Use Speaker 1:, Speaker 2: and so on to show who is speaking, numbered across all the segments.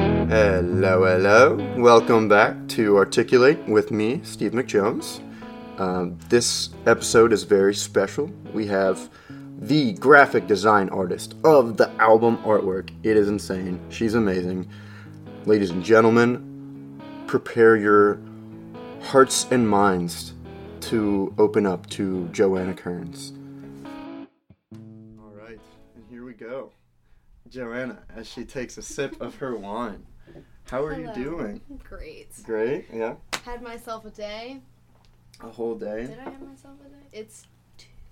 Speaker 1: Hello, hello. Welcome back to Articulate with me, Steve McJones. Um, this episode is very special. We have the graphic design artist of the album artwork. It is insane. She's amazing. Ladies and gentlemen, prepare your hearts and minds to open up to Joanna Kearns. All right, and here we go. Joanna, as she takes a sip of her wine. How are
Speaker 2: Hello.
Speaker 1: you doing?
Speaker 2: Great.
Speaker 1: Great, yeah.
Speaker 2: Had myself a day.
Speaker 1: A whole day.
Speaker 2: Did I have myself a day? It's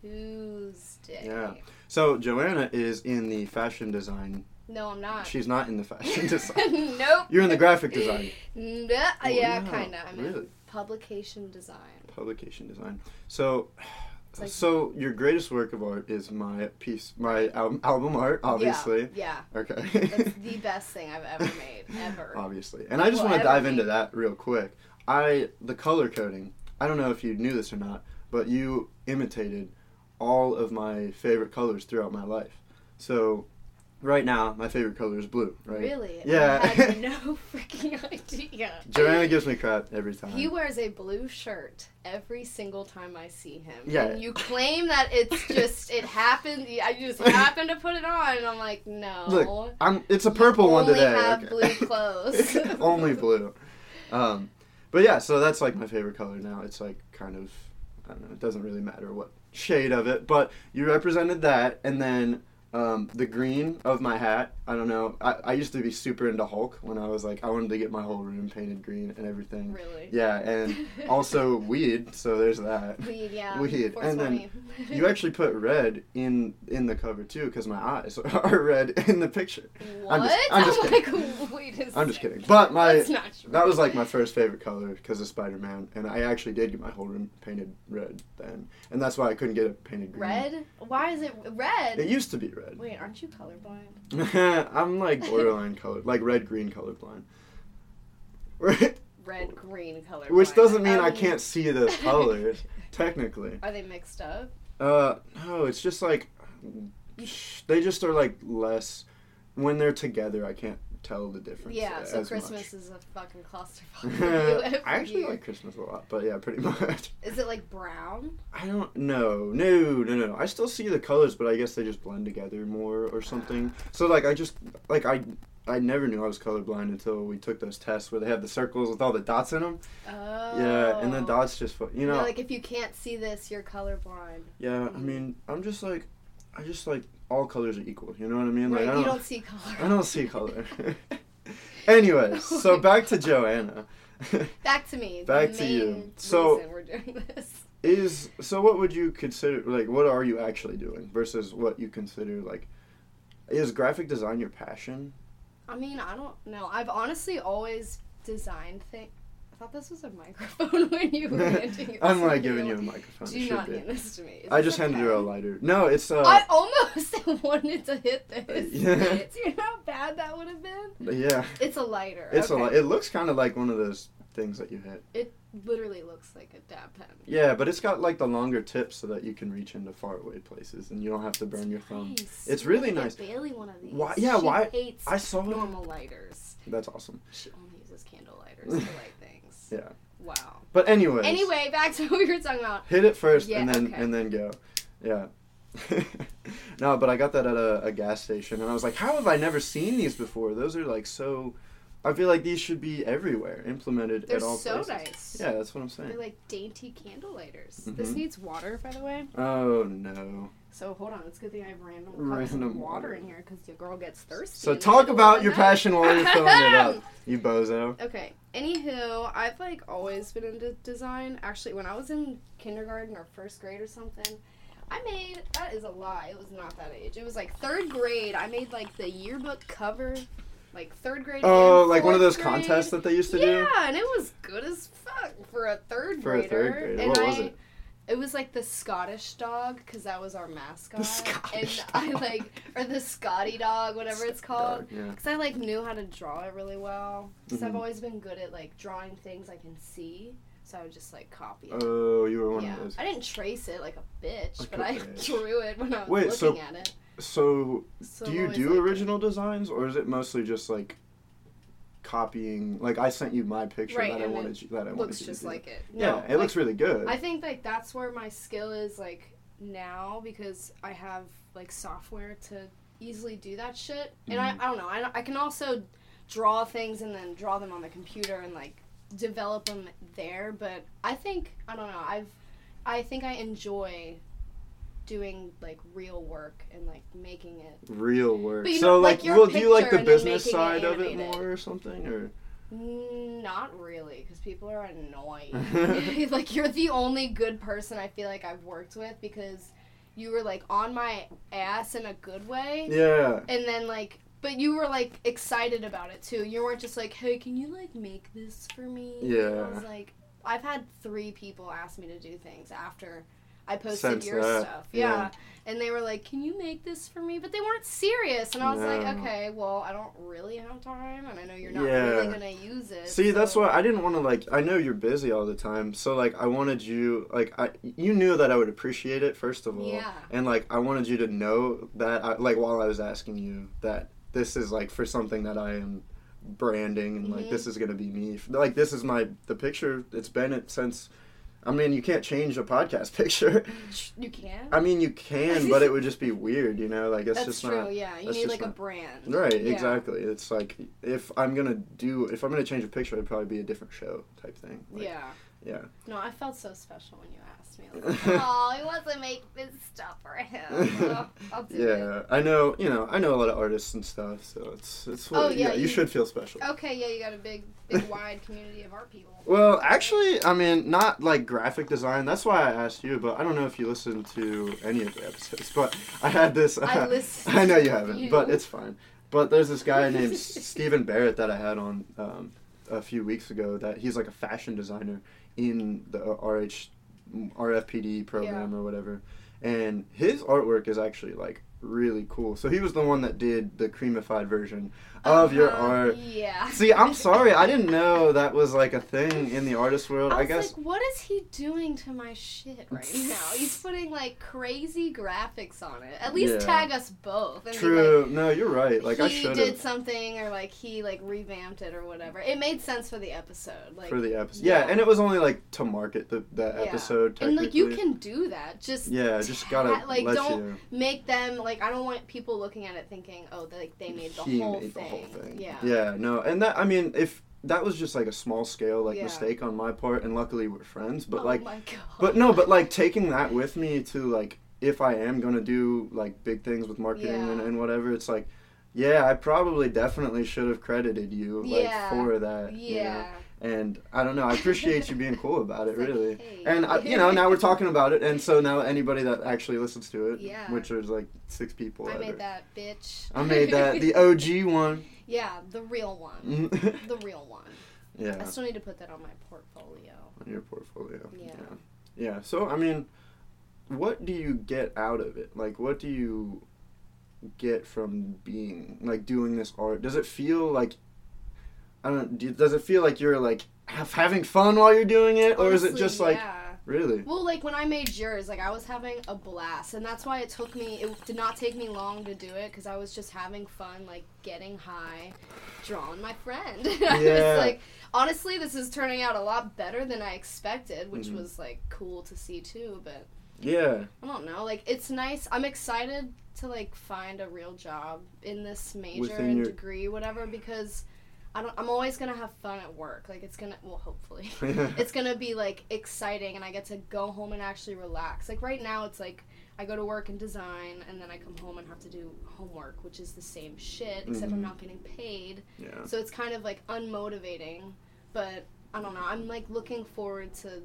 Speaker 2: Tuesday.
Speaker 1: Yeah. So Joanna is in the fashion design.
Speaker 2: No, I'm not.
Speaker 1: She's not in the fashion design.
Speaker 2: nope.
Speaker 1: You're in the graphic design.
Speaker 2: N- uh,
Speaker 1: Oh,
Speaker 2: yeah,
Speaker 1: no.
Speaker 2: kind of. I'm in
Speaker 1: Really?
Speaker 2: publication design.
Speaker 1: Publication design. So,
Speaker 2: like-
Speaker 1: so your greatest work of art is my piece, my al- album art, obviously.
Speaker 2: Yeah. yeah.
Speaker 1: Okay.
Speaker 2: That's the best thing I've ever made, ever.
Speaker 1: obviously. And I just
Speaker 2: Well,
Speaker 1: want to dive
Speaker 2: everything.
Speaker 1: into that real quick. I the color coding. I don't know if you knew this or not, but you imitated all of my favorite colors throughout my life. So, right now, my favorite color is blue. Right.
Speaker 2: Really?
Speaker 1: Yeah.
Speaker 2: I had no freaking idea.
Speaker 1: Joanna gives me crap every time.
Speaker 2: He wears a blue shirt every single time I see him.
Speaker 1: Yeah.
Speaker 2: And you claim that it's just it happened. I just happened to put it on, and I'm like, no.
Speaker 1: Look, I'm. It's a purple one
Speaker 2: only
Speaker 1: today.
Speaker 2: have
Speaker 1: okay.
Speaker 2: blue clothes.
Speaker 1: only blue. Um, but yeah, so that's like my favorite color now. It's like kind of, I don't know. It doesn't really matter what shade of it, but you represented that, and then um, the green of my hat. I don't know. I, I used to be super into Hulk when I was like, I wanted to get my whole room painted green and everything.
Speaker 2: really.
Speaker 1: Yeah, and also weed. So there's that.
Speaker 2: Weed, yeah.
Speaker 1: Weed, and then
Speaker 2: 420.
Speaker 1: You actually put red in in the cover too, because my eyes are red in the picture.
Speaker 2: what?
Speaker 1: I'm just- I'm just
Speaker 2: like, wait a
Speaker 1: I'm just
Speaker 2: sec.
Speaker 1: kidding. But my
Speaker 2: That's not true.
Speaker 1: That was like my first favorite color because of Spider Man, and I actually did get my whole room painted red then, and that's why I couldn't get it painted green.
Speaker 2: red. Why is it red?
Speaker 1: It used to be red.
Speaker 2: wait, aren't you colorblind?
Speaker 1: I'm like borderline color, like red green colorblind. Right?
Speaker 2: Red green color.
Speaker 1: Which doesn't mean
Speaker 2: Um,
Speaker 1: I can't see the colors technically.
Speaker 2: Are they mixed up?
Speaker 1: Uh, no, it's just like they just are like less when they're together. I can't tell the difference. uh,
Speaker 2: Yeah, so
Speaker 1: as much.
Speaker 2: Christmas is a fucking clusterfuck. for you
Speaker 1: I
Speaker 2: every
Speaker 1: actually
Speaker 2: year.
Speaker 1: like Christmas a lot, but yeah, pretty much.
Speaker 2: Is it like brown?
Speaker 1: I don't know. No, no, no. I still see the colors, but I guess they just blend together more or something. So like I just like I I never knew I was colorblind until we took those tests where they have the circles with all the dots in them.
Speaker 2: Oh.
Speaker 1: Yeah, and the dots just fu- you
Speaker 2: You
Speaker 1: know.
Speaker 2: know, like if you can't see this, you're colorblind.
Speaker 1: yeah, I mean, I'm just like I just like all colors are equal. You know what I mean? Like
Speaker 2: right?
Speaker 1: I
Speaker 2: you
Speaker 1: don't,
Speaker 2: don't see color.
Speaker 1: I don't see color. Anyways, so back to Joanna.
Speaker 2: Back to me.
Speaker 1: Back
Speaker 2: the
Speaker 1: to you.
Speaker 2: main
Speaker 1: So-
Speaker 2: reason we're doing this.
Speaker 1: is so what would you consider like what are you actually doing versus what you consider like is graphic design your passion
Speaker 2: I mean, I don't know. I've honestly always designed things. I thought this was a microphone when you were handing it
Speaker 1: i'm
Speaker 2: to
Speaker 1: like
Speaker 2: me.
Speaker 1: giving you a microphone it
Speaker 2: Do not
Speaker 1: should
Speaker 2: hand
Speaker 1: be
Speaker 2: this to me. Is
Speaker 1: i
Speaker 2: this
Speaker 1: just
Speaker 2: a
Speaker 1: handed her a
Speaker 2: pen?
Speaker 1: lighter no it's uh
Speaker 2: I almost wanted to hit this.
Speaker 1: Yeah.
Speaker 2: Do you know how bad that would have been?
Speaker 1: yeah
Speaker 2: It's a lighter.
Speaker 1: it's
Speaker 2: okay.
Speaker 1: a li- it looks kind of like one of those things that you hit
Speaker 2: literally looks like a dab pen.
Speaker 1: yeah but it's got like the longer tip so that you can reach into faraway places and you don't have to burn your thumb
Speaker 2: Nice.
Speaker 1: It's really
Speaker 2: I get
Speaker 1: nice.
Speaker 2: Bailey one of these.
Speaker 1: Why- yeah,
Speaker 2: She
Speaker 1: why-
Speaker 2: Hates
Speaker 1: i saw it
Speaker 2: normal lighters.
Speaker 1: that's awesome
Speaker 2: She only uses candle lighters to light things.
Speaker 1: Yeah.
Speaker 2: Wow.
Speaker 1: but anyways
Speaker 2: Anyway, back to what we were talking about.
Speaker 1: Hit it first
Speaker 2: Yeah,
Speaker 1: and then
Speaker 2: okay.
Speaker 1: and then go. Yeah. no, but I got that at a, a gas station and I was like, how have I never seen these before? Those are like so I feel like these should be everywhere, implemented
Speaker 2: They're
Speaker 1: at all
Speaker 2: so
Speaker 1: places.
Speaker 2: nice.
Speaker 1: Yeah, that's what I'm saying.
Speaker 2: They're like dainty candle lighters. This
Speaker 1: Mhm.
Speaker 2: needs water, by the way.
Speaker 1: oh no.
Speaker 2: So hold on. It's a good thing I have random, cups of
Speaker 1: Random
Speaker 2: water
Speaker 1: water.
Speaker 2: in here because your girl gets thirsty.
Speaker 1: So
Speaker 2: in the
Speaker 1: talk
Speaker 2: middle of
Speaker 1: about
Speaker 2: the
Speaker 1: your
Speaker 2: night.
Speaker 1: passion while you're filling it up, you bozo.
Speaker 2: Okay. Anywho, I've like always been into design. Actually, when I was in kindergarten or first grade or something, I made that is a lie. It was not that age. It was like third grade. I made like the yearbook cover, like third grade.
Speaker 1: Oh,
Speaker 2: and
Speaker 1: like one of
Speaker 2: fourth
Speaker 1: those contests
Speaker 2: grade.
Speaker 1: that they used to
Speaker 2: yeah,
Speaker 1: do?
Speaker 2: and it was good as fuck for a third
Speaker 1: For a
Speaker 2: grader.
Speaker 1: third grader.
Speaker 2: And
Speaker 1: What
Speaker 2: I,
Speaker 1: was it?
Speaker 2: It was like the Scottish dog because that was our mascot.
Speaker 1: Scottish
Speaker 2: and
Speaker 1: dog.
Speaker 2: I like or the Scotty dog, whatever it's
Speaker 1: Dog,
Speaker 2: called.
Speaker 1: yeah.
Speaker 2: Because I like knew how to draw it really well. Because
Speaker 1: Mhm.
Speaker 2: I've always been good at like drawing things I can see. So I would just like copy it.
Speaker 1: Oh, you were one
Speaker 2: yeah.
Speaker 1: of those.
Speaker 2: I didn't trace it like a bitch,
Speaker 1: Like
Speaker 2: but
Speaker 1: a
Speaker 2: I
Speaker 1: bitch.
Speaker 2: drew it when I was
Speaker 1: Wait, so
Speaker 2: looking at it.
Speaker 1: So
Speaker 2: So
Speaker 1: do
Speaker 2: I'm
Speaker 1: you
Speaker 2: always,
Speaker 1: do
Speaker 2: like,
Speaker 1: original designs or is it mostly just like copying. Like I sent you my picture
Speaker 2: Right,
Speaker 1: that I
Speaker 2: and it
Speaker 1: wanted you, that I wanted
Speaker 2: looks
Speaker 1: you
Speaker 2: just
Speaker 1: to do.
Speaker 2: like it.
Speaker 1: yeah,
Speaker 2: No,
Speaker 1: it
Speaker 2: like,
Speaker 1: looks really good.
Speaker 2: I think like that's where my skill is like now because I have like software to easily do that shit. And I, I don't know. I, I can also draw things and then draw them on the computer and like develop them there. But I think I don't know. I've I think I enjoy doing like real work and like making it.
Speaker 1: Real work.
Speaker 2: But you
Speaker 1: so
Speaker 2: know,
Speaker 1: like,
Speaker 2: like, your
Speaker 1: well, do you like
Speaker 2: picture
Speaker 1: the
Speaker 2: and then
Speaker 1: business
Speaker 2: making it
Speaker 1: side of it
Speaker 2: animated.
Speaker 1: more or something or?
Speaker 2: Mm, Not really, because people are annoying. like you're the only good person I feel like I've worked with because you were like on my ass in a good way,
Speaker 1: Yeah.
Speaker 2: and then like, but you were like excited about it too. You weren't just like, "Hey, can you like make this for me?" And I
Speaker 1: Yeah.
Speaker 2: was like, I've had three people ask me to do things after. I posted
Speaker 1: Since
Speaker 2: your
Speaker 1: that,
Speaker 2: stuff, yeah.
Speaker 1: yeah.
Speaker 2: and they were like, "Can you make this for me?" But they weren't serious, and I was like,
Speaker 1: No.
Speaker 2: "Okay, well, I don't really have time, and I know you're not
Speaker 1: Yeah.
Speaker 2: really gonna use it."
Speaker 1: See, that's
Speaker 2: so-
Speaker 1: why I didn't want to like. I know you're busy all the time, so like I wanted you like I you knew that I would appreciate it first of all,
Speaker 2: Yeah.
Speaker 1: and like I wanted you to know that I, like while I was asking you that this is like for something that I am branding and like
Speaker 2: Mhm.
Speaker 1: this is gonna be me. Like this is my the picture. It's been it since. I mean, you can't change a podcast picture.
Speaker 2: You can.
Speaker 1: I mean, you can, but it would just be weird, you know. Like it's
Speaker 2: That's
Speaker 1: just
Speaker 2: true.
Speaker 1: not
Speaker 2: yeah, you
Speaker 1: that's
Speaker 2: need
Speaker 1: just
Speaker 2: like a
Speaker 1: not-
Speaker 2: brand.
Speaker 1: right.
Speaker 2: Yeah.
Speaker 1: Exactly. It's like if I'm gonna do if I'm gonna change a picture, it'd probably be a different show type thing. Like,
Speaker 2: yeah.
Speaker 1: yeah.
Speaker 2: No, I felt so special when you asked me. I was like, oh, he wants to make this stuff for him. Well, I'll do it.
Speaker 1: Yeah, I know. You know, I know a lot of artists and stuff, so it's it's.
Speaker 2: Oh,
Speaker 1: yeah,
Speaker 2: yeah,
Speaker 1: you,
Speaker 2: you-
Speaker 1: should feel special.
Speaker 2: Okay, yeah, you got a big, big, wide community of art people.
Speaker 1: Well, actually, I mean, not like graphic design. That's why I asked you, but I don't know if you listened to any of the episodes. But I had this. uh,
Speaker 2: I listened
Speaker 1: I know you
Speaker 2: to
Speaker 1: haven't,
Speaker 2: you.
Speaker 1: but it's fine. But there's this guy named S- Stephen Barrett that I had on um, a few weeks ago. That he's like a fashion designer in the uh, RH RFPD program or whatever, and his artwork is actually like really cool. So he was the one that did the creamified version of your
Speaker 2: Uh-huh,
Speaker 1: art.
Speaker 2: Yeah.
Speaker 1: See, I'm sorry. I didn't know that was like a thing in the artist world. I,
Speaker 2: I was
Speaker 1: guess.
Speaker 2: like, what is he doing to my shit right now? He's putting like crazy graphics on it. At least
Speaker 1: Yeah.
Speaker 2: tag us both. and be like,
Speaker 1: True. no, you're right. Like
Speaker 2: he
Speaker 1: I should
Speaker 2: did
Speaker 1: have
Speaker 2: something or like he like revamped it or whatever. It made sense for the episode. Like
Speaker 1: for the episode. Yeah,
Speaker 2: yeah.
Speaker 1: and it was only like to market the that
Speaker 2: Yeah.
Speaker 1: episode.
Speaker 2: and
Speaker 1: Technically.
Speaker 2: like you can do that. Just
Speaker 1: Yeah, just gotta
Speaker 2: ta- like
Speaker 1: let
Speaker 2: don't
Speaker 1: you.
Speaker 2: make them like I don't want people looking at it thinking oh they, like they made the,
Speaker 1: he
Speaker 2: whole,
Speaker 1: made
Speaker 2: thing.
Speaker 1: the whole thing.
Speaker 2: Yeah.
Speaker 1: Yeah. No, and that I mean, if that was just like a small scale like
Speaker 2: Yeah.
Speaker 1: mistake on my part, and luckily we're friends. But
Speaker 2: oh
Speaker 1: like,
Speaker 2: my god.
Speaker 1: but no, but like taking that with me to like if I am gonna do like big things with marketing and,
Speaker 2: Yeah.
Speaker 1: and whatever, it's like, yeah, I probably definitely should have credited you like
Speaker 2: Yeah.
Speaker 1: for that. you know?
Speaker 2: yeah.
Speaker 1: And I don't know, I appreciate you being cool about it,
Speaker 2: It's like,
Speaker 1: really.
Speaker 2: hey.
Speaker 1: And I, you know, now we're talking about it, and so now anybody that actually listens to it,
Speaker 2: Yeah.
Speaker 1: which is like six people,
Speaker 2: I
Speaker 1: that are-
Speaker 2: made that bitch.
Speaker 1: I made that the OG one.
Speaker 2: yeah, the real one. The real one. I
Speaker 1: yeah,
Speaker 2: still need to put that on my portfolio.
Speaker 1: on your portfolio.
Speaker 2: Yeah.
Speaker 1: yeah. Yeah, So I mean, what do you get out of it? Like, what do you get from being like doing this art? Does it feel like I don't? Do, does it feel like you're like have, having fun while you're doing it, or is it
Speaker 2: Honestly,
Speaker 1: just like
Speaker 2: yeah.
Speaker 1: really?
Speaker 2: Well, like when I made yours, like I was having a blast, and that's why it took me. It did not take me long to do it because I was just having fun, like getting high, drawing my friend. I
Speaker 1: Yeah.
Speaker 2: was like, honestly, this is turning out a lot better than I expected, which
Speaker 1: Mhm.
Speaker 2: was like cool to see too. But
Speaker 1: Yeah.
Speaker 2: I don't know, like it's nice. I'm excited to like find a real job in this major
Speaker 1: Within
Speaker 2: and
Speaker 1: your-
Speaker 2: degree, whatever, because. I don't, I'm always gonna have fun at work. Like it's gonna, well, hopefully, it's gonna be like exciting and I get to go home and actually relax. Like right now it's like I go to work and design and then I come home and have to do homework, which is the same shit, except
Speaker 1: Mhm.
Speaker 2: I'm not getting paid.
Speaker 1: yeah.
Speaker 2: So it's kind of like unmotivating. But I don't know, I'm like looking forward to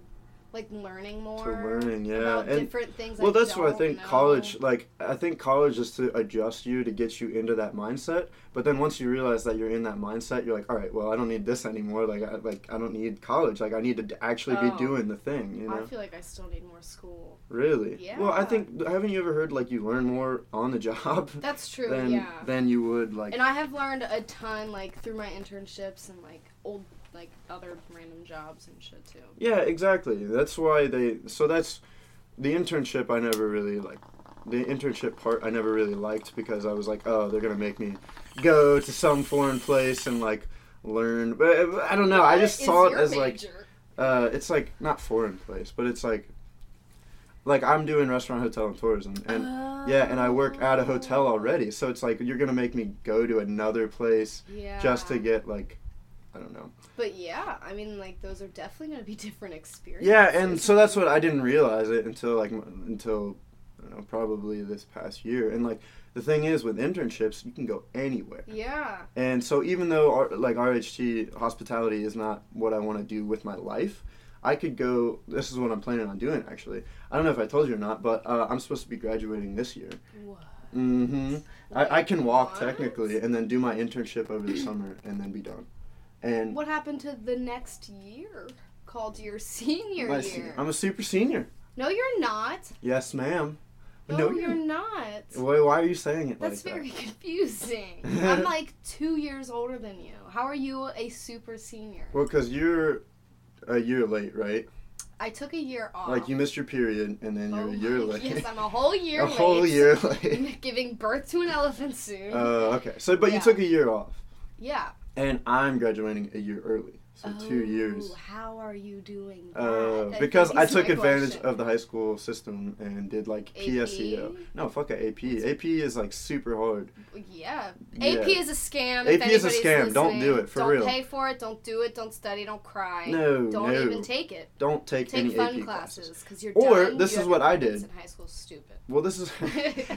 Speaker 2: like learning more.
Speaker 1: To learning, yeah,
Speaker 2: About
Speaker 1: and
Speaker 2: different things
Speaker 1: well,
Speaker 2: I
Speaker 1: that's what I
Speaker 2: don't
Speaker 1: think
Speaker 2: know.
Speaker 1: college. Like, I think college is to adjust you to get you into that mindset. But then once you realize that you're in that mindset, you're like, all right, well, I don't need this anymore. Like, I, like I don't need college. Like, I need to d- actually be
Speaker 2: Oh.
Speaker 1: doing the thing. You know,
Speaker 2: I feel like I still need more school.
Speaker 1: really. Well, I
Speaker 2: Yeah.
Speaker 1: think haven't you ever heard like you learn more on the job
Speaker 2: That's true,
Speaker 1: than
Speaker 2: yeah.
Speaker 1: than you would like.
Speaker 2: And I have learned a ton like through my internships and like old like other random jobs and shit too.
Speaker 1: Yeah, exactly. That's why they. So that's the internship. I never really like the internship part. I never really liked because I was like, oh, they're gonna make me go to some foreign place and like learn. But uh, I don't know. I
Speaker 2: What
Speaker 1: just
Speaker 2: is
Speaker 1: saw it
Speaker 2: your
Speaker 1: as like
Speaker 2: major?
Speaker 1: uh, it's like not foreign place, but it's like like I'm doing restaurant, hotel, and tourism, and
Speaker 2: Oh.
Speaker 1: yeah, and I work at a hotel already. So it's like you're gonna make me go to another place
Speaker 2: Yeah.
Speaker 1: just to get like I don't know.
Speaker 2: But yeah, I mean, like those are definitely going to be different experiences.
Speaker 1: Yeah, and so that's what I didn't realize it until like m- until I don't know probably this past year. And like the thing is with internships, you can go anywhere.
Speaker 2: yeah,
Speaker 1: And so even though R- like RHT hospitality is not what I want to do with my life, I could go. This is what I'm planning on doing actually. I don't know if I told you or not, but uh, I'm supposed to be graduating this year.
Speaker 2: What?
Speaker 1: hmm I, I can walk
Speaker 2: What?
Speaker 1: technically, and then do my internship over the summer, and then be done. And
Speaker 2: what happened to the next year called your senior
Speaker 1: my
Speaker 2: year?
Speaker 1: se- um, I'm a super senior.
Speaker 2: no, you're not.
Speaker 1: Yes, ma'am.
Speaker 2: No, you're not.
Speaker 1: Why, why are you saying it
Speaker 2: That's
Speaker 1: like
Speaker 2: very confusing. I'm like two years older than you. How are you a super senior?
Speaker 1: that? Well, because you're a year late, right?
Speaker 2: I took a year off.
Speaker 1: Like you missed your period, and then you're
Speaker 2: Oh
Speaker 1: a year
Speaker 2: my-
Speaker 1: late.
Speaker 2: Yes, I'm a whole year
Speaker 1: a
Speaker 2: late.
Speaker 1: whole year late.
Speaker 2: giving birth to an elephant soon.
Speaker 1: uh, okay. So, but
Speaker 2: Yeah.
Speaker 1: you took a year off,
Speaker 2: yeah.
Speaker 1: and I'm graduating a year early, so two
Speaker 2: Oh,
Speaker 1: years.
Speaker 2: How are you doing that?
Speaker 1: Uh,
Speaker 2: That
Speaker 1: because I
Speaker 2: is my
Speaker 1: took advantage
Speaker 2: question.
Speaker 1: of the high school system and did like
Speaker 2: AP?
Speaker 1: PSEO. No, fuck a AP. AP is like super hard.
Speaker 2: Yeah.
Speaker 1: Yeah.
Speaker 2: AP is a scam. if
Speaker 1: AP is a
Speaker 2: anybody's
Speaker 1: scam. Don't do
Speaker 2: listening.
Speaker 1: it, for
Speaker 2: don't
Speaker 1: real.
Speaker 2: pay for it. Don't do it. Don't study. Don't cry.
Speaker 1: No,
Speaker 2: Don't
Speaker 1: no.
Speaker 2: even take it.
Speaker 1: Don't take,
Speaker 2: Take
Speaker 1: any
Speaker 2: fun
Speaker 1: AP classes.
Speaker 2: classes because you're.
Speaker 1: Or,
Speaker 2: done,
Speaker 1: this
Speaker 2: you
Speaker 1: is
Speaker 2: have
Speaker 1: what I
Speaker 2: grades
Speaker 1: did.
Speaker 2: In high school, is stupid.
Speaker 1: Well, this is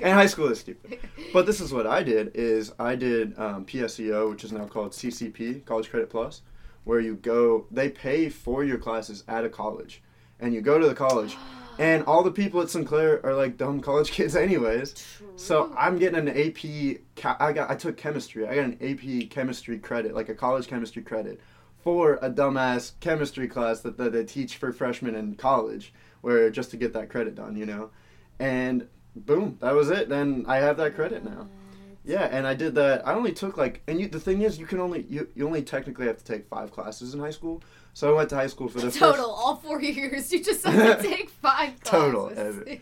Speaker 1: and high school is stupid. But this is what I did is I did um, PSEO, which is now called CCP, College Credit Plus, where you go, they pay for your classes at a college, and you go to the college, and all the people at Sinclair are like dumb college kids anyways. So I'm getting an AP. ca- I got I took chemistry. I got an AP chemistry credit, like a college chemistry credit, for a dumbass chemistry class that, that they teach for freshmen in college, where just to get that credit done, you know, and boom, that was it. Then I have that credit now. Yeah, and I did that. I only took like, and you, the thing is, you can only you, you only technically have to take five classes in high school. So I went to high school for the first
Speaker 2: total all four years. You just have to take five classes.
Speaker 1: Total,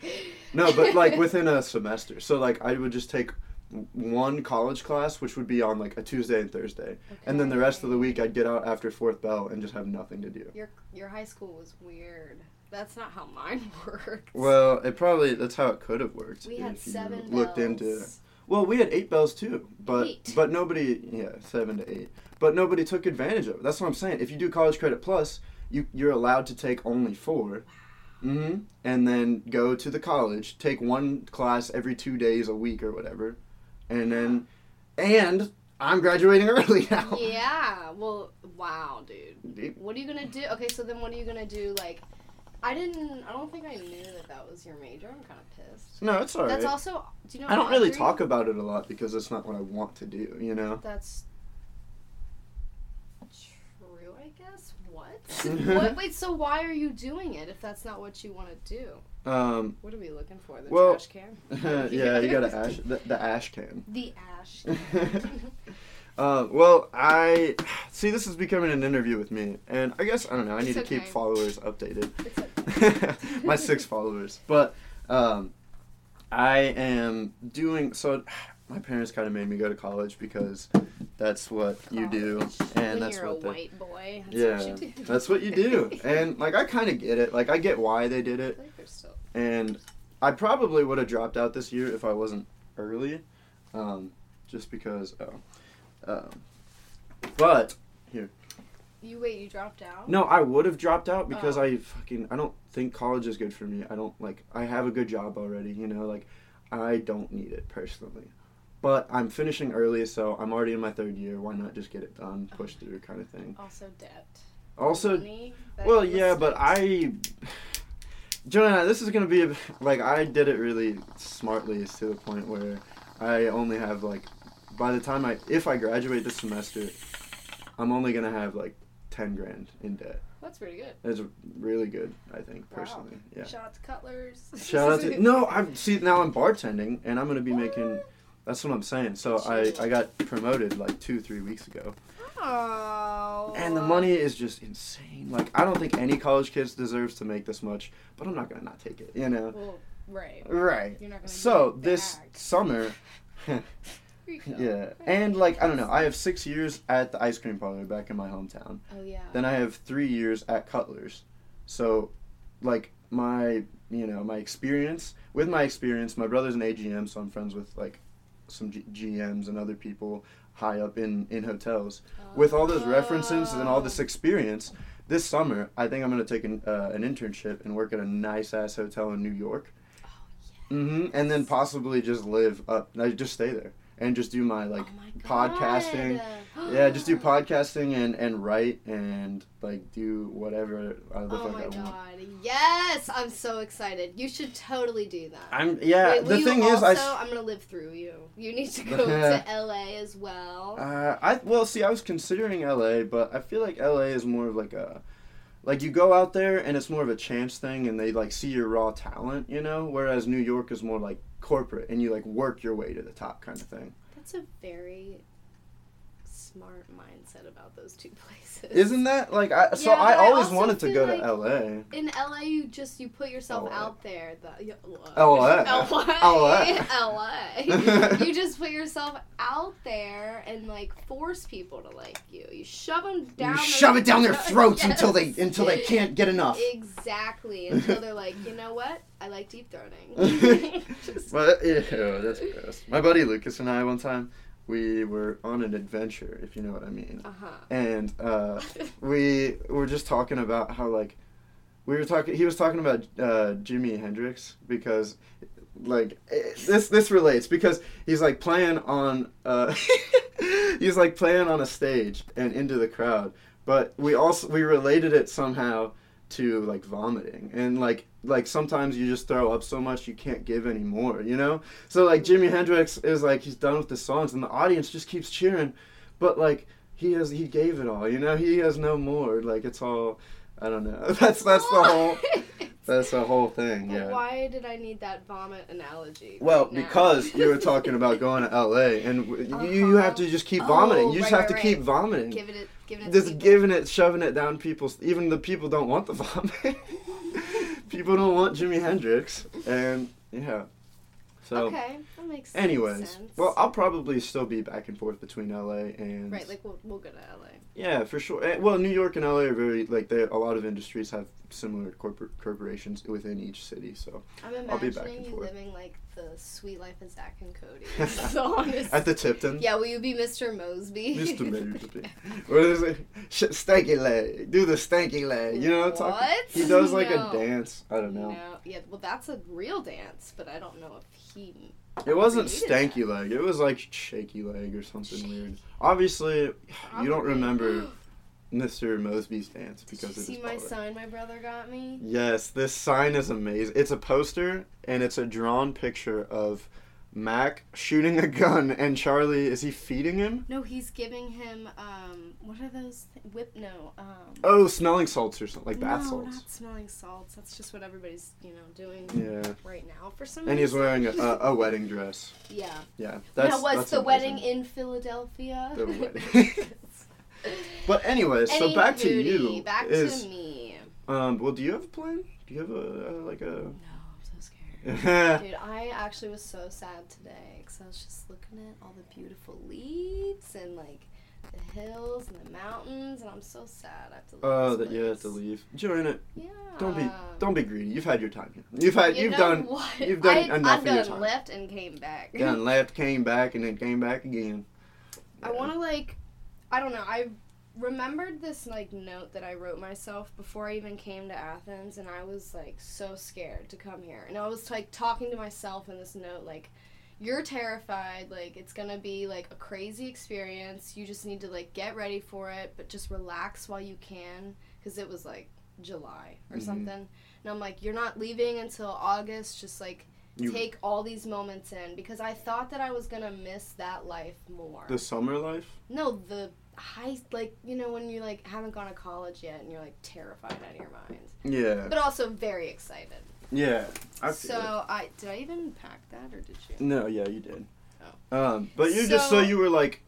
Speaker 1: No, but like within a semester. So like I would just take w- one college class, which would be on like a Tuesday and Thursday, and then the rest of the week I'd get out after fourth bell and just have nothing to do.
Speaker 2: Your your high school was weird. That's not how mine worked.
Speaker 1: Well, it probably that's how it could have worked.
Speaker 2: we had
Speaker 1: if you
Speaker 2: seven
Speaker 1: looked into.
Speaker 2: bells.
Speaker 1: Well, we had eight bells too, but
Speaker 2: Eight.
Speaker 1: but nobody yeah seven to eight, but nobody took advantage of it. That's what I'm saying. If you do college credit plus, you you're allowed to take only four. Mm-hmm. And then go to the college, take one class every two days a week or whatever, and then, and I'm graduating early now.
Speaker 2: Yeah. Well, wow, dude. What are you gonna do? Okay, so then what are you gonna do? Like, I didn't. I don't think I knew that that was your major. I'm kind of pissed.
Speaker 1: No, it's alright.
Speaker 2: That's also. Do you know?
Speaker 1: I don't really
Speaker 2: Audrey?
Speaker 1: talk about it a lot because that's not what I want to do. You know.
Speaker 2: That's true, I guess. What? what? Wait. So why are you doing it if that's not what you want to do?
Speaker 1: Um.
Speaker 2: What are we looking for? The
Speaker 1: Well-
Speaker 2: trash can.
Speaker 1: yeah, you got to ash the, the ash can.
Speaker 2: The ash.
Speaker 1: Uh, well, I see this is becoming an interview with me, and I guess I don't know. I need
Speaker 2: It's
Speaker 1: to keep
Speaker 2: okay.
Speaker 1: followers updated.
Speaker 2: It's okay.
Speaker 1: My six followers, but um, I am doing so. My parents kind of made me go to college because that's what you do, and
Speaker 2: Oh, when
Speaker 1: that's
Speaker 2: you're
Speaker 1: what
Speaker 2: a
Speaker 1: they,
Speaker 2: white boy. That's
Speaker 1: yeah,
Speaker 2: What you do.
Speaker 1: that's what you do. And like, I kind of get it. Like, I get why they did
Speaker 2: I
Speaker 1: it,
Speaker 2: think there's still-
Speaker 1: and I probably would have dropped out this year if I wasn't early, um, just because. Oh, um, but
Speaker 2: You wait. You dropped out.
Speaker 1: No, I would have dropped out because
Speaker 2: Oh.
Speaker 1: I fucking I don't think college is good for me. I don't like I have a good job already, you know, like I don't need it personally. But I'm finishing early, so I'm already in my third year. Why not just get it done, push through kind of thing.
Speaker 2: Also debt.
Speaker 1: Also,
Speaker 2: Money, that
Speaker 1: well,
Speaker 2: was
Speaker 1: yeah, but
Speaker 2: spent.
Speaker 1: I Joanna, this is going to be a, like I did it really smartly it's to the point where I only have like by the time I if I graduate this semester, I'm only going to have like 10 grand in debt.
Speaker 2: That's pretty good.
Speaker 1: It's really good, I think
Speaker 2: Wow.
Speaker 1: personally. Yeah.
Speaker 2: Shout out to Cutlers.
Speaker 1: Shout out to no. I'm see now I'm bartending and I'm gonna be making. That's what I'm saying. So I I got promoted like two three weeks ago,
Speaker 2: Oh.
Speaker 1: and the money is just insane. Like I don't think any college kids deserves to make this much, but I'm not gonna not take it. You know.
Speaker 2: Well, right.
Speaker 1: Right.
Speaker 2: You're not gonna.
Speaker 1: So
Speaker 2: get it
Speaker 1: this
Speaker 2: back.
Speaker 1: summer,
Speaker 2: Rico.
Speaker 1: Yeah. And like I don't know, I have six years at the ice cream parlor back in my hometown.
Speaker 2: Oh yeah.
Speaker 1: Then I have three years at Cutler's. So, like my you know my experience with my experience, my brother's an AGM, so I'm friends with like some G- GMs and other people high up in in hotels. With all those references and
Speaker 2: Oh,
Speaker 1: all this experience, this summer I think I'm gonna take an uh, an internship and work at a nice ass hotel in New York.
Speaker 2: Oh,
Speaker 1: hmm And then possibly just live up, I just stay there and just do my like
Speaker 2: Oh my
Speaker 1: podcasting.
Speaker 2: God.
Speaker 1: Yeah, just do podcasting and and write and like do whatever uh, the
Speaker 2: Oh
Speaker 1: fuck
Speaker 2: my
Speaker 1: I want.
Speaker 2: god. Yes, I'm so excited. You should totally do that.
Speaker 1: I'm yeah.
Speaker 2: Wait, will
Speaker 1: the
Speaker 2: you
Speaker 1: thing
Speaker 2: also,
Speaker 1: is, I s-
Speaker 2: am gonna live through you. You need to go to LA as well.
Speaker 1: uh, I well see. I was considering LA, but I feel like LA is more of like a like you go out there and it's more of a chance thing, and they like see your raw talent, you know. Whereas New York is more like corporate, and you like work your way to the top kind of thing.
Speaker 2: That's a very smart mindset about those two places.
Speaker 1: Isn't that like I? So
Speaker 2: Yeah,
Speaker 1: I
Speaker 2: but I
Speaker 1: always
Speaker 2: also
Speaker 1: wanted to
Speaker 2: feel
Speaker 1: go
Speaker 2: like-
Speaker 1: to LA.
Speaker 2: in LA you just you put yourself
Speaker 1: LA.
Speaker 2: out there. The, uh, yeah,
Speaker 1: LA.
Speaker 2: LA. LA. you just put yourself out there and like force people to like you. You shove them down.
Speaker 1: you
Speaker 2: their-
Speaker 1: shove it down their throats until they
Speaker 2: Yes.
Speaker 1: until they can't get enough.
Speaker 2: Exactly. Until they're like, you know what? I like deep throating. Just-
Speaker 1: Well, ew, that's gross. My buddy Lucas and I one time we were on an adventure, if you know what I mean.
Speaker 2: uh-huh.
Speaker 1: And uh, we were just talking about how like we were talking. He was talking about uh, Jimi Hendrix because like eh, this this relates because he's like playing on uh, he's like playing on a stage and into the crowd. But we also we related it somehow to like vomiting and like like sometimes you just throw up so much you can't give anymore you know so like jimi hendrix is like he's done with the songs and the audience just keeps cheering but like he has he gave it all you know he has no more like it's all i don't know that's that's the whole that's the whole thing
Speaker 2: But
Speaker 1: yeah
Speaker 2: Why did I need that vomit analogy?
Speaker 1: well
Speaker 2: right now?
Speaker 1: because you were talking about going to la and w- you, you have to just keep vomiting
Speaker 2: Oh,
Speaker 1: you just
Speaker 2: right,
Speaker 1: have to
Speaker 2: right,
Speaker 1: keep
Speaker 2: right.
Speaker 1: vomiting
Speaker 2: giving it, giving it. to
Speaker 1: just
Speaker 2: people.
Speaker 1: giving it, shoving it down people's. Even the people don't want the vomit. people don't want Jimi Hendrix, and yeah. So,
Speaker 2: okay, that makes some
Speaker 1: anyways,
Speaker 2: sense.
Speaker 1: well, I'll probably still be back and forth between LA and
Speaker 2: right, like we'll, we'll go to LA.
Speaker 1: yeah, for sure. Eh, Well, New York and LA are very like they. A lot of industries have similar corporate corporations within each city. So
Speaker 2: I'm
Speaker 1: I'll be back
Speaker 2: imagining
Speaker 1: and
Speaker 2: you
Speaker 1: forth.
Speaker 2: living like the sweet life of Zach and Cody. so honest.
Speaker 1: at the Tipton.
Speaker 2: yeah, will you be Mr. Mosby?
Speaker 1: Mr. Maybe. What is it? Sh- stanky leg. Do the stanky leg. You know what I'm talking
Speaker 2: What?
Speaker 1: He does like
Speaker 2: No.
Speaker 1: a dance. I don't know.
Speaker 2: No, yeah, well, that's a real dance, but I don't know if he.
Speaker 1: It wasn't
Speaker 2: Created
Speaker 1: stanky leg. It was like shaky leg or something weird. Obviously, you don't
Speaker 2: Probably.
Speaker 1: remember Mr. Mosby's dance
Speaker 2: Did
Speaker 1: because it
Speaker 2: you
Speaker 1: is
Speaker 2: see my
Speaker 1: baller.
Speaker 2: sign my brother got me?
Speaker 1: Yes, this sign is amazing. It's a poster and it's a drawn picture of Mac shooting a gun and Charlie is he feeding him?
Speaker 2: No, he's giving him um, what are those th- whip? No, um,
Speaker 1: Oh, smelling salts or something like bath
Speaker 2: no,
Speaker 1: salts.
Speaker 2: not smelling salts. That's just what everybody's you know doing
Speaker 1: Yeah.
Speaker 2: right now for some
Speaker 1: And he's
Speaker 2: reason.
Speaker 1: wearing a, a, a wedding dress.
Speaker 2: yeah.
Speaker 1: Yeah.
Speaker 2: now, was
Speaker 1: that's
Speaker 2: the
Speaker 1: amazing.
Speaker 2: wedding in Philadelphia?
Speaker 1: The wedding. But anyway, so back to
Speaker 2: Anywho-ty,
Speaker 1: you.
Speaker 2: Back
Speaker 1: is,
Speaker 2: to me.
Speaker 1: Um, well, do you have a plan? Do you have a uh, like a?
Speaker 2: No, I'm so scared.
Speaker 1: yeah,
Speaker 2: Dude, I actually was so sad today because I was just looking at all the beautiful leaves and like the hills and the mountains, and I'm so sad. I have to leave.
Speaker 1: oh,
Speaker 2: this
Speaker 1: that you have
Speaker 2: place.
Speaker 1: to leave. Joanna,
Speaker 2: Yeah.
Speaker 1: don't be don't be greedy. You've had your time. here. You've had
Speaker 2: Uh, You
Speaker 1: you've
Speaker 2: know
Speaker 1: done
Speaker 2: what?
Speaker 1: you've done
Speaker 2: I,
Speaker 1: enough
Speaker 2: I've
Speaker 1: of your
Speaker 2: done
Speaker 1: time.
Speaker 2: left and came back.
Speaker 1: done left, came back, and then came back again.
Speaker 2: I want to like, I don't know. I remembered this like note that I wrote myself before I even came to Athens, and I was like so scared to come here. And I was like talking to myself in this note, like, "You're terrified. Like it's gonna be like a crazy experience. You just need to like get ready for it, but just relax while you can." Because it was like July or
Speaker 1: Mhm.
Speaker 2: something, and I'm like, "You're not leaving until August. Just like."
Speaker 1: You-
Speaker 2: take all these moments in because I thought that I was gonna miss that life more.
Speaker 1: the summer life.
Speaker 2: No, the high, like, you know, when you, like, haven't gone to college yet and you're, like, terrified out of your mind.
Speaker 1: Yeah,
Speaker 2: But also very excited.
Speaker 1: yeah. I feel
Speaker 2: so,
Speaker 1: it.
Speaker 2: I, did I even pack that or did you?
Speaker 1: No, yeah, you did. Um, but you just
Speaker 2: Oh.
Speaker 1: so
Speaker 2: So-
Speaker 1: you were like,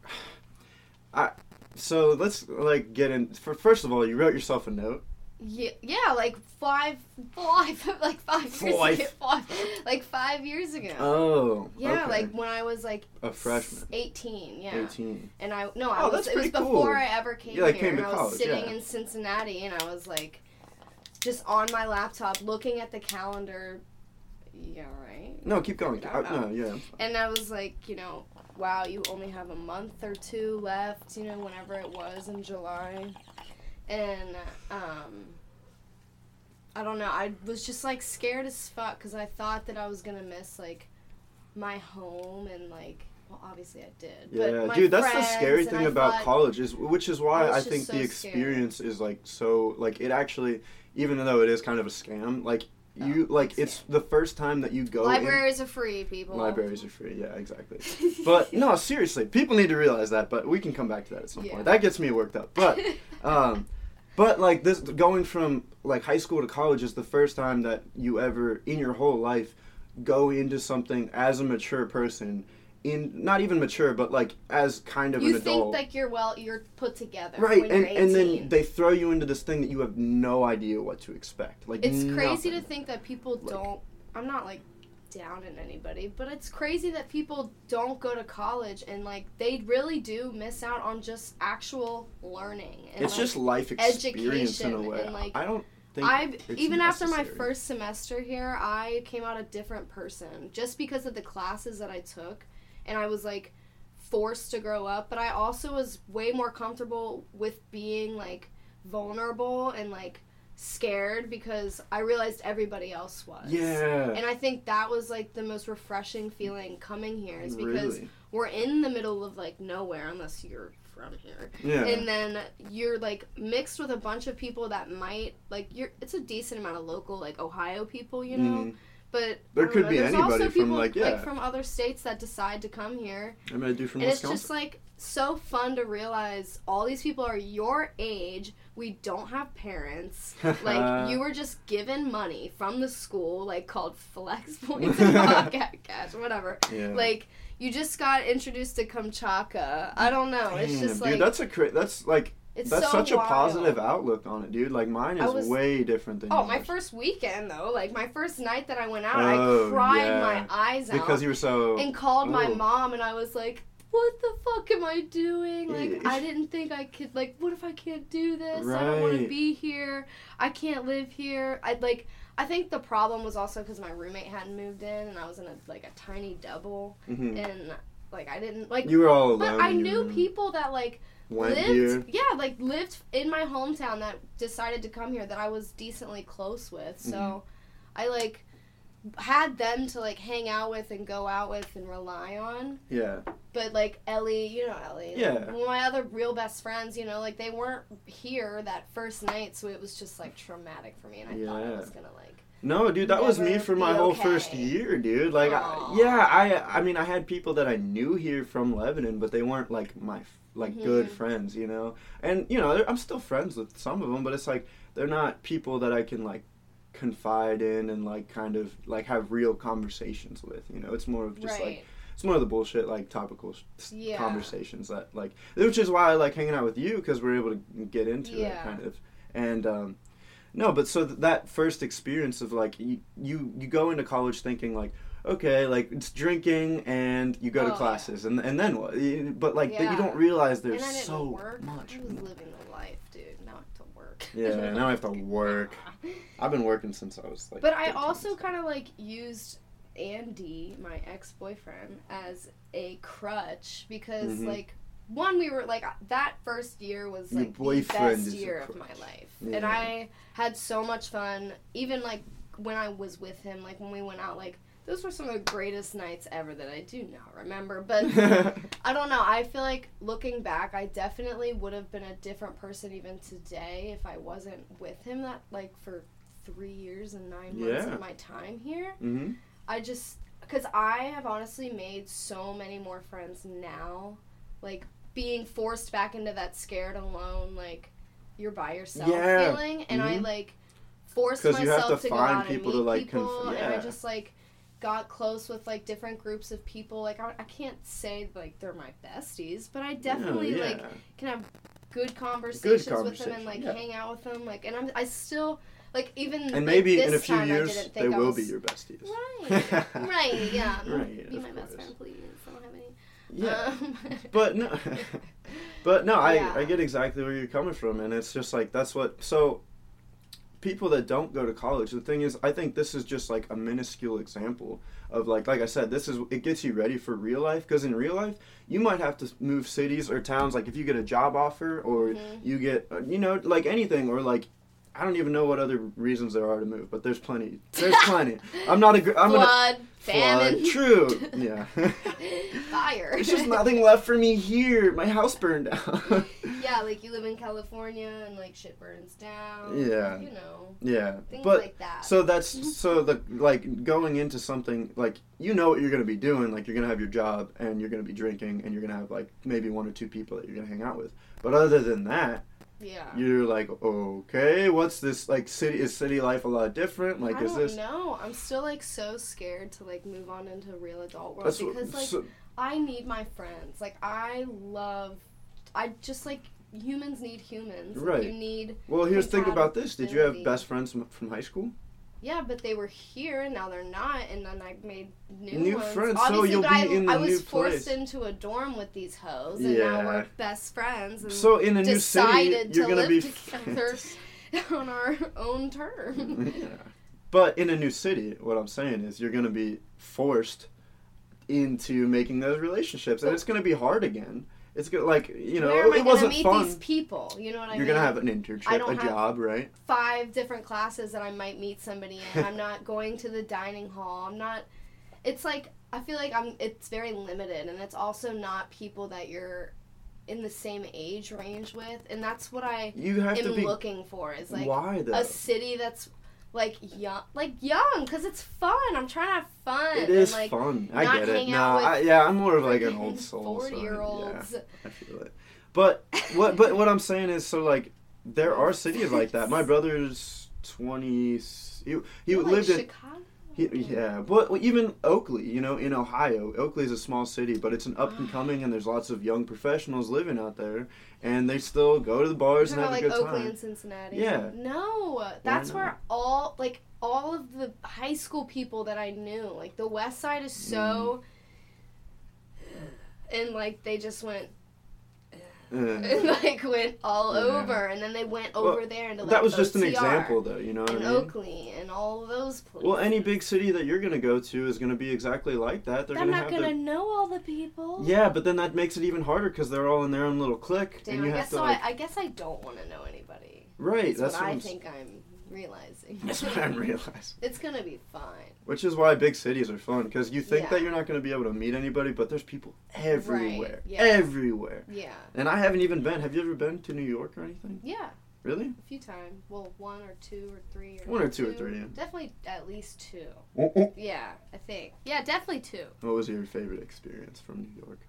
Speaker 1: I. So let's like get in. For first of all, you wrote yourself a note,
Speaker 2: Yeah, yeah, like five, five, like five years
Speaker 1: Five.
Speaker 2: ago. Five, like five years ago.
Speaker 1: Oh.
Speaker 2: yeah,
Speaker 1: okay.
Speaker 2: like when I was like
Speaker 1: a freshman.
Speaker 2: eighteen. Yeah,
Speaker 1: 18.
Speaker 2: and I no, I
Speaker 1: Oh,
Speaker 2: was
Speaker 1: that's
Speaker 2: it was
Speaker 1: pretty cool.
Speaker 2: before I ever came
Speaker 1: Yeah, like,
Speaker 2: here.
Speaker 1: came
Speaker 2: and
Speaker 1: to
Speaker 2: I was
Speaker 1: college,
Speaker 2: sitting
Speaker 1: yeah.
Speaker 2: in Cincinnati, and I was like, just on my laptop looking at the calendar. Yeah, right.
Speaker 1: No, keep going.
Speaker 2: I don't
Speaker 1: I-
Speaker 2: know.
Speaker 1: no, yeah.
Speaker 2: And I was like, you know, wow, you only have a month or two left, you know, whenever it was in July. And um I don't know, I was just like scared as fuck cuz I thought that I was going to miss like my home and like well, obviously I did.
Speaker 1: Yeah,
Speaker 2: but my
Speaker 1: dude, that's the
Speaker 2: friends,
Speaker 1: scary
Speaker 2: and
Speaker 1: thing
Speaker 2: I
Speaker 1: about
Speaker 2: thought-
Speaker 1: college is, which is why
Speaker 2: I was
Speaker 1: I
Speaker 2: just
Speaker 1: think
Speaker 2: so
Speaker 1: the
Speaker 2: scared.
Speaker 1: experience is like so, like it actually, even though it is kind of a scam, like you,
Speaker 2: Oh,
Speaker 1: like
Speaker 2: it's a
Speaker 1: it's the first time that you go. in-
Speaker 2: Libraries are free, people.
Speaker 1: libraries are free. Yeah, exactly. But no, seriously, people need to realize that. But we can come back to that at some
Speaker 2: Yeah.
Speaker 1: point. That gets me worked up. But, um, but like this, going from like high school to college is the first time that you ever in your whole life go into something as a mature person. In not even mature, but like as kind of
Speaker 2: you
Speaker 1: an
Speaker 2: think
Speaker 1: adult.
Speaker 2: like you're well, you're put together.
Speaker 1: Right,
Speaker 2: when
Speaker 1: and,
Speaker 2: you're
Speaker 1: and
Speaker 2: 18.
Speaker 1: then they throw you into this thing that you have no idea what to expect. Like
Speaker 2: It's crazy to
Speaker 1: nothing.
Speaker 2: think that people don't. I'm not like down in anybody, but it's crazy that people don't go to college and like they really do miss out on just actual learning. And,
Speaker 1: It's
Speaker 2: like,
Speaker 1: just life experience in a
Speaker 2: education
Speaker 1: way.
Speaker 2: and, like,
Speaker 1: I don't think
Speaker 2: I
Speaker 1: it's
Speaker 2: even after my
Speaker 1: necessary.
Speaker 2: first semester here, I came out a different person just because of the classes that I took, and I was like forced to grow up. But I also was way more comfortable with being like vulnerable and like scared because I realized everybody else was.
Speaker 1: Yeah.
Speaker 2: And I think that was like the most refreshing feeling coming here is because
Speaker 1: really.
Speaker 2: we're in the middle of like nowhere unless you're from here
Speaker 1: Yeah.
Speaker 2: and then you're like mixed with a bunch of people that might like you're it's a decent amount of local like ohio people you know
Speaker 1: Mhm.
Speaker 2: but
Speaker 1: There
Speaker 2: I don't
Speaker 1: could
Speaker 2: know,
Speaker 1: be
Speaker 2: there's
Speaker 1: anybody
Speaker 2: also
Speaker 1: from,
Speaker 2: people,
Speaker 1: like, yeah.
Speaker 2: from other states that decide to come here
Speaker 1: I'm gonna do from
Speaker 2: and it's
Speaker 1: Wisconsin.
Speaker 2: just like so fun to realize all these people are your age we don't have parents
Speaker 1: Uh,
Speaker 2: like you were just given money from the school like called flex points and Bobcat cash whatever
Speaker 1: yeah.
Speaker 2: like you just got introduced to Kamchatka. I don't know. Oh, It's
Speaker 1: Damn,
Speaker 2: just
Speaker 1: dude,
Speaker 2: like
Speaker 1: that's a cra- that's like
Speaker 2: it's
Speaker 1: that's
Speaker 2: so
Speaker 1: such
Speaker 2: wild.
Speaker 1: a positive outlook on it, dude. Like mine
Speaker 2: I
Speaker 1: is
Speaker 2: was-
Speaker 1: way different than
Speaker 2: Oh,
Speaker 1: yours.
Speaker 2: my first weekend though, like my first night that I went out,
Speaker 1: Oh,
Speaker 2: I cried
Speaker 1: yeah.
Speaker 2: my eyes out
Speaker 1: because you were so
Speaker 2: and called my
Speaker 1: Oh.
Speaker 2: mom, and I was like, "What the fuck am I doing? Like,
Speaker 1: Yeah.
Speaker 2: I didn't think I could. Like, what if I can't do this? I don't want
Speaker 1: Right.
Speaker 2: to be here. I can't live here. I'd like." I think the problem was also because my roommate hadn't moved in, and I was in a like a tiny double,
Speaker 1: Mhm.
Speaker 2: and like I didn't like.
Speaker 1: you were all alone.
Speaker 2: but I
Speaker 1: in your
Speaker 2: knew
Speaker 1: room.
Speaker 2: people that like
Speaker 1: went
Speaker 2: lived,
Speaker 1: here.
Speaker 2: yeah, like lived in my hometown that decided to come here that I was decently close with. So
Speaker 1: Mm-hmm.
Speaker 2: I like had them to like hang out with and go out with and rely on.
Speaker 1: Yeah,
Speaker 2: But like Ellie, you know Ellie. like,
Speaker 1: Yeah.
Speaker 2: my other real best friends, you know, like they weren't here that first night, so it was just like traumatic for me and I thought I
Speaker 1: Yeah.
Speaker 2: was gonna like
Speaker 1: No, dude, that was me
Speaker 2: Never
Speaker 1: for my
Speaker 2: be
Speaker 1: whole
Speaker 2: okay.
Speaker 1: first year, dude. Like, I,
Speaker 2: Aw.
Speaker 1: yeah, I, I mean, I had people that I knew here from Lebanon, but they weren't like my, f- like, good
Speaker 2: Mhm.
Speaker 1: friends, you know. And you know, they're- I'm still friends with some of them, but it's like they're not people that I can like confide in and like kind of like have real conversations with. You know, it's more of just like
Speaker 2: right.
Speaker 1: it's more of the bullshit like topical s
Speaker 2: Yeah.
Speaker 1: conversations that like which is why I like hanging out with you because we're able to get into it
Speaker 2: Yeah.
Speaker 1: kind of and um, no but so th- that first experience of like you, you you go into college thinking like okay like it's drinking and you go
Speaker 2: Oh,
Speaker 1: to
Speaker 2: yeah.
Speaker 1: classes and and then what You- but like that you
Speaker 2: Yeah.
Speaker 1: don't realize there's
Speaker 2: and I didn't
Speaker 1: so
Speaker 2: work.
Speaker 1: much
Speaker 2: I was living the life, dude. Now I have to work.
Speaker 1: yeah now I have to work I've been working since I was like
Speaker 2: But I
Speaker 1: 13.
Speaker 2: also kind of like used Andy, my ex boyfriend, as a crutch because
Speaker 1: Mhm.
Speaker 2: like one we were like that first year was
Speaker 1: Your
Speaker 2: like the
Speaker 1: boyfriend
Speaker 2: best
Speaker 1: is a
Speaker 2: year of my
Speaker 1: crutch.
Speaker 2: life,
Speaker 1: Yeah.
Speaker 2: and I had so much fun. Even like when I was with him, like when we went out, like those were some of the greatest nights ever that I do not remember, but. I don't know. I feel like looking back, I definitely would have been a different person even today if I wasn't with him that like for three years and nine months
Speaker 1: Yeah.
Speaker 2: of my time here.
Speaker 1: hmm
Speaker 2: I just because I have honestly made so many more friends now, like being forced back into that scared alone, like you're by yourself
Speaker 1: Yeah.
Speaker 2: feeling, and I
Speaker 1: Mhm.
Speaker 2: like forced
Speaker 1: 'Cause you have
Speaker 2: myself
Speaker 1: to
Speaker 2: to, go
Speaker 1: find
Speaker 2: out
Speaker 1: people to,
Speaker 2: and meet
Speaker 1: like,
Speaker 2: people,
Speaker 1: conf-
Speaker 2: and
Speaker 1: yeah.
Speaker 2: I just like got close with like different groups of people. Like I, I can't say like they're my besties, but I definitely like can have good conversations with them
Speaker 1: conversation,
Speaker 2: and like
Speaker 1: yeah.
Speaker 2: hang out with them. Like, and I'm I still like even like,
Speaker 1: And maybe
Speaker 2: this
Speaker 1: in a few
Speaker 2: time, I
Speaker 1: years
Speaker 2: didn't think
Speaker 1: they
Speaker 2: I
Speaker 1: will
Speaker 2: was-
Speaker 1: be your besties.
Speaker 2: right, right, yeah,
Speaker 1: Right,
Speaker 2: Be
Speaker 1: of
Speaker 2: my best
Speaker 1: course.
Speaker 2: friend, please. I don't have any.
Speaker 1: Yeah.
Speaker 2: Um,
Speaker 1: but no but no I,
Speaker 2: Yeah.
Speaker 1: I get exactly where you're coming from and it's just like that's what so people that don't go to college the thing is i think this is just like a minuscule example of like like i said this is it gets you ready for real life because in real life you might have to move cities or towns like if you get a job offer or
Speaker 2: Mhm.
Speaker 1: you get uh, you know like anything or like i don't even know what other reasons there are to move but there's plenty there's plenty i'm not a gr- i'm gonna
Speaker 2: flood, famine,
Speaker 1: flood. true yeah
Speaker 2: fire.
Speaker 1: There's just nothing left for me here. My house burned down.
Speaker 2: yeah, like you live in California and like shit burns down.
Speaker 1: Yeah.
Speaker 2: you know
Speaker 1: yeah,
Speaker 2: things
Speaker 1: but
Speaker 2: like that. Mm-hmm.
Speaker 1: so that's so the like going into something like you know what you're gonna be doing. Like you're gonna have your job and you're gonna be drinking and you're gonna have like maybe one or two people that you're gonna hang out with. But other than that,
Speaker 2: yeah,
Speaker 1: you're like, okay, what's this like? City is city life a lot different? Like
Speaker 2: I
Speaker 1: is
Speaker 2: don't
Speaker 1: this?
Speaker 2: know. I'm still like so scared to like move on into real adult world
Speaker 1: That's what-
Speaker 2: because like
Speaker 1: so-
Speaker 2: I need my friends. Like I love, I just like humans need humans. Like,
Speaker 1: Right.
Speaker 2: You need
Speaker 1: well, here's think about this. Did you have
Speaker 2: compatibility.
Speaker 1: best friends from, from high school?
Speaker 2: yeah, but they were here and now they're not. And then I made new,
Speaker 1: New
Speaker 2: ones.
Speaker 1: friends, so
Speaker 2: Obviously,
Speaker 1: you'll
Speaker 2: but
Speaker 1: be
Speaker 2: I,
Speaker 1: in the
Speaker 2: I was
Speaker 1: new
Speaker 2: forced
Speaker 1: place.
Speaker 2: into a dorm with these hoes, and now
Speaker 1: Yeah.
Speaker 2: we're best friends. And
Speaker 1: So in a new city,
Speaker 2: decided
Speaker 1: you're
Speaker 2: to
Speaker 1: gonna
Speaker 2: live
Speaker 1: be
Speaker 2: together on our own terms.
Speaker 1: yeah. But in a new city, what I'm saying is you're going to be forced into making those relationships, and it's going to be hard again. It's going to, like, you know,
Speaker 2: Where am I
Speaker 1: it
Speaker 2: gonna
Speaker 1: wasn't
Speaker 2: meet
Speaker 1: fun.
Speaker 2: these people? You know what I
Speaker 1: You're
Speaker 2: mean?
Speaker 1: going to have an internship,
Speaker 2: I
Speaker 1: a
Speaker 2: don't have-
Speaker 1: job, right?
Speaker 2: five different classes that I might meet somebody in. I'm not going to the dining hall. I'm not. It's like I feel like I'm. It's very limited, and it's also not people that you're in the same age range with, and that's what I
Speaker 1: You have to
Speaker 2: am
Speaker 1: be.
Speaker 2: looking for. Is like
Speaker 1: why, though?
Speaker 2: a city that's like young, like young, because it's fun. I'm trying to have fun.
Speaker 1: It is
Speaker 2: and, like,
Speaker 1: fun. I
Speaker 2: not
Speaker 1: get it.
Speaker 2: hang
Speaker 1: Nah,
Speaker 2: out
Speaker 1: I,
Speaker 2: with
Speaker 1: yeah, I'm more of like an old soul. so,
Speaker 2: Forty year olds.
Speaker 1: Yeah, I feel it. But what? But what I'm saying is, so like, there are cities like that. My brother's 20. He, he lived in
Speaker 2: Chicago.
Speaker 1: He- Yeah, but even Oakley, you know, in Ohio, Oakley is a small city, but it's an up
Speaker 2: Ah.
Speaker 1: and coming, and there's lots of young professionals living out there, and they still go to the bars and
Speaker 2: Talking
Speaker 1: have
Speaker 2: about
Speaker 1: a
Speaker 2: like
Speaker 1: good
Speaker 2: Oakley
Speaker 1: time.
Speaker 2: and Cincinnati.
Speaker 1: Yeah.
Speaker 2: No, that's
Speaker 1: not?
Speaker 2: where all like all of the high school people that I knew, like the West Side is so,
Speaker 1: Mm.
Speaker 2: and like they just went and
Speaker 1: Uh,
Speaker 2: like went all
Speaker 1: Yeah.
Speaker 2: over, and then they went over
Speaker 1: Well,
Speaker 2: there and like
Speaker 1: that was just an
Speaker 2: OCR
Speaker 1: example, though. You know what I
Speaker 2: And
Speaker 1: mean?
Speaker 2: Oakley and all of those places.
Speaker 1: Well, any big city that you're gonna go to is gonna be exactly like that. They're
Speaker 2: I'm
Speaker 1: gonna
Speaker 2: not
Speaker 1: have
Speaker 2: gonna
Speaker 1: their...
Speaker 2: know all the people.
Speaker 1: Yeah, but then that makes it even harder because they're all in their own little clique,
Speaker 2: Damn,
Speaker 1: and you
Speaker 2: I
Speaker 1: have
Speaker 2: guess
Speaker 1: to
Speaker 2: so.
Speaker 1: like.
Speaker 2: I, I guess I don't want to know anybody.
Speaker 1: Right,
Speaker 2: That's,
Speaker 1: that's
Speaker 2: what, I
Speaker 1: I'm...
Speaker 2: think I'm realizing.
Speaker 1: That's what I'm realizing.
Speaker 2: It's gonna be fine.
Speaker 1: Which is why big cities are fun because you think
Speaker 2: Yeah.
Speaker 1: that you're not going to be able to meet anybody, but there's people everywhere.
Speaker 2: yeah.
Speaker 1: Everywhere.
Speaker 2: Yeah.
Speaker 1: And I haven't even been. Have you ever been to New York or anything?
Speaker 2: Yeah.
Speaker 1: Really?
Speaker 2: A few times. Well, one or two or three. Or
Speaker 1: One or two or three, yeah.
Speaker 2: Definitely at least two.
Speaker 1: What
Speaker 2: Yeah, I think. Yeah, definitely two.
Speaker 1: was your favorite experience from New York?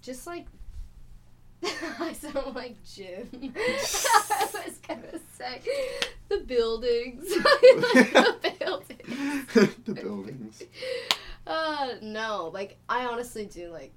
Speaker 2: Just like. I sound like Jim. I was gonna say the buildings. I like the buildings.
Speaker 1: the buildings.
Speaker 2: Uh, no, like I honestly do like,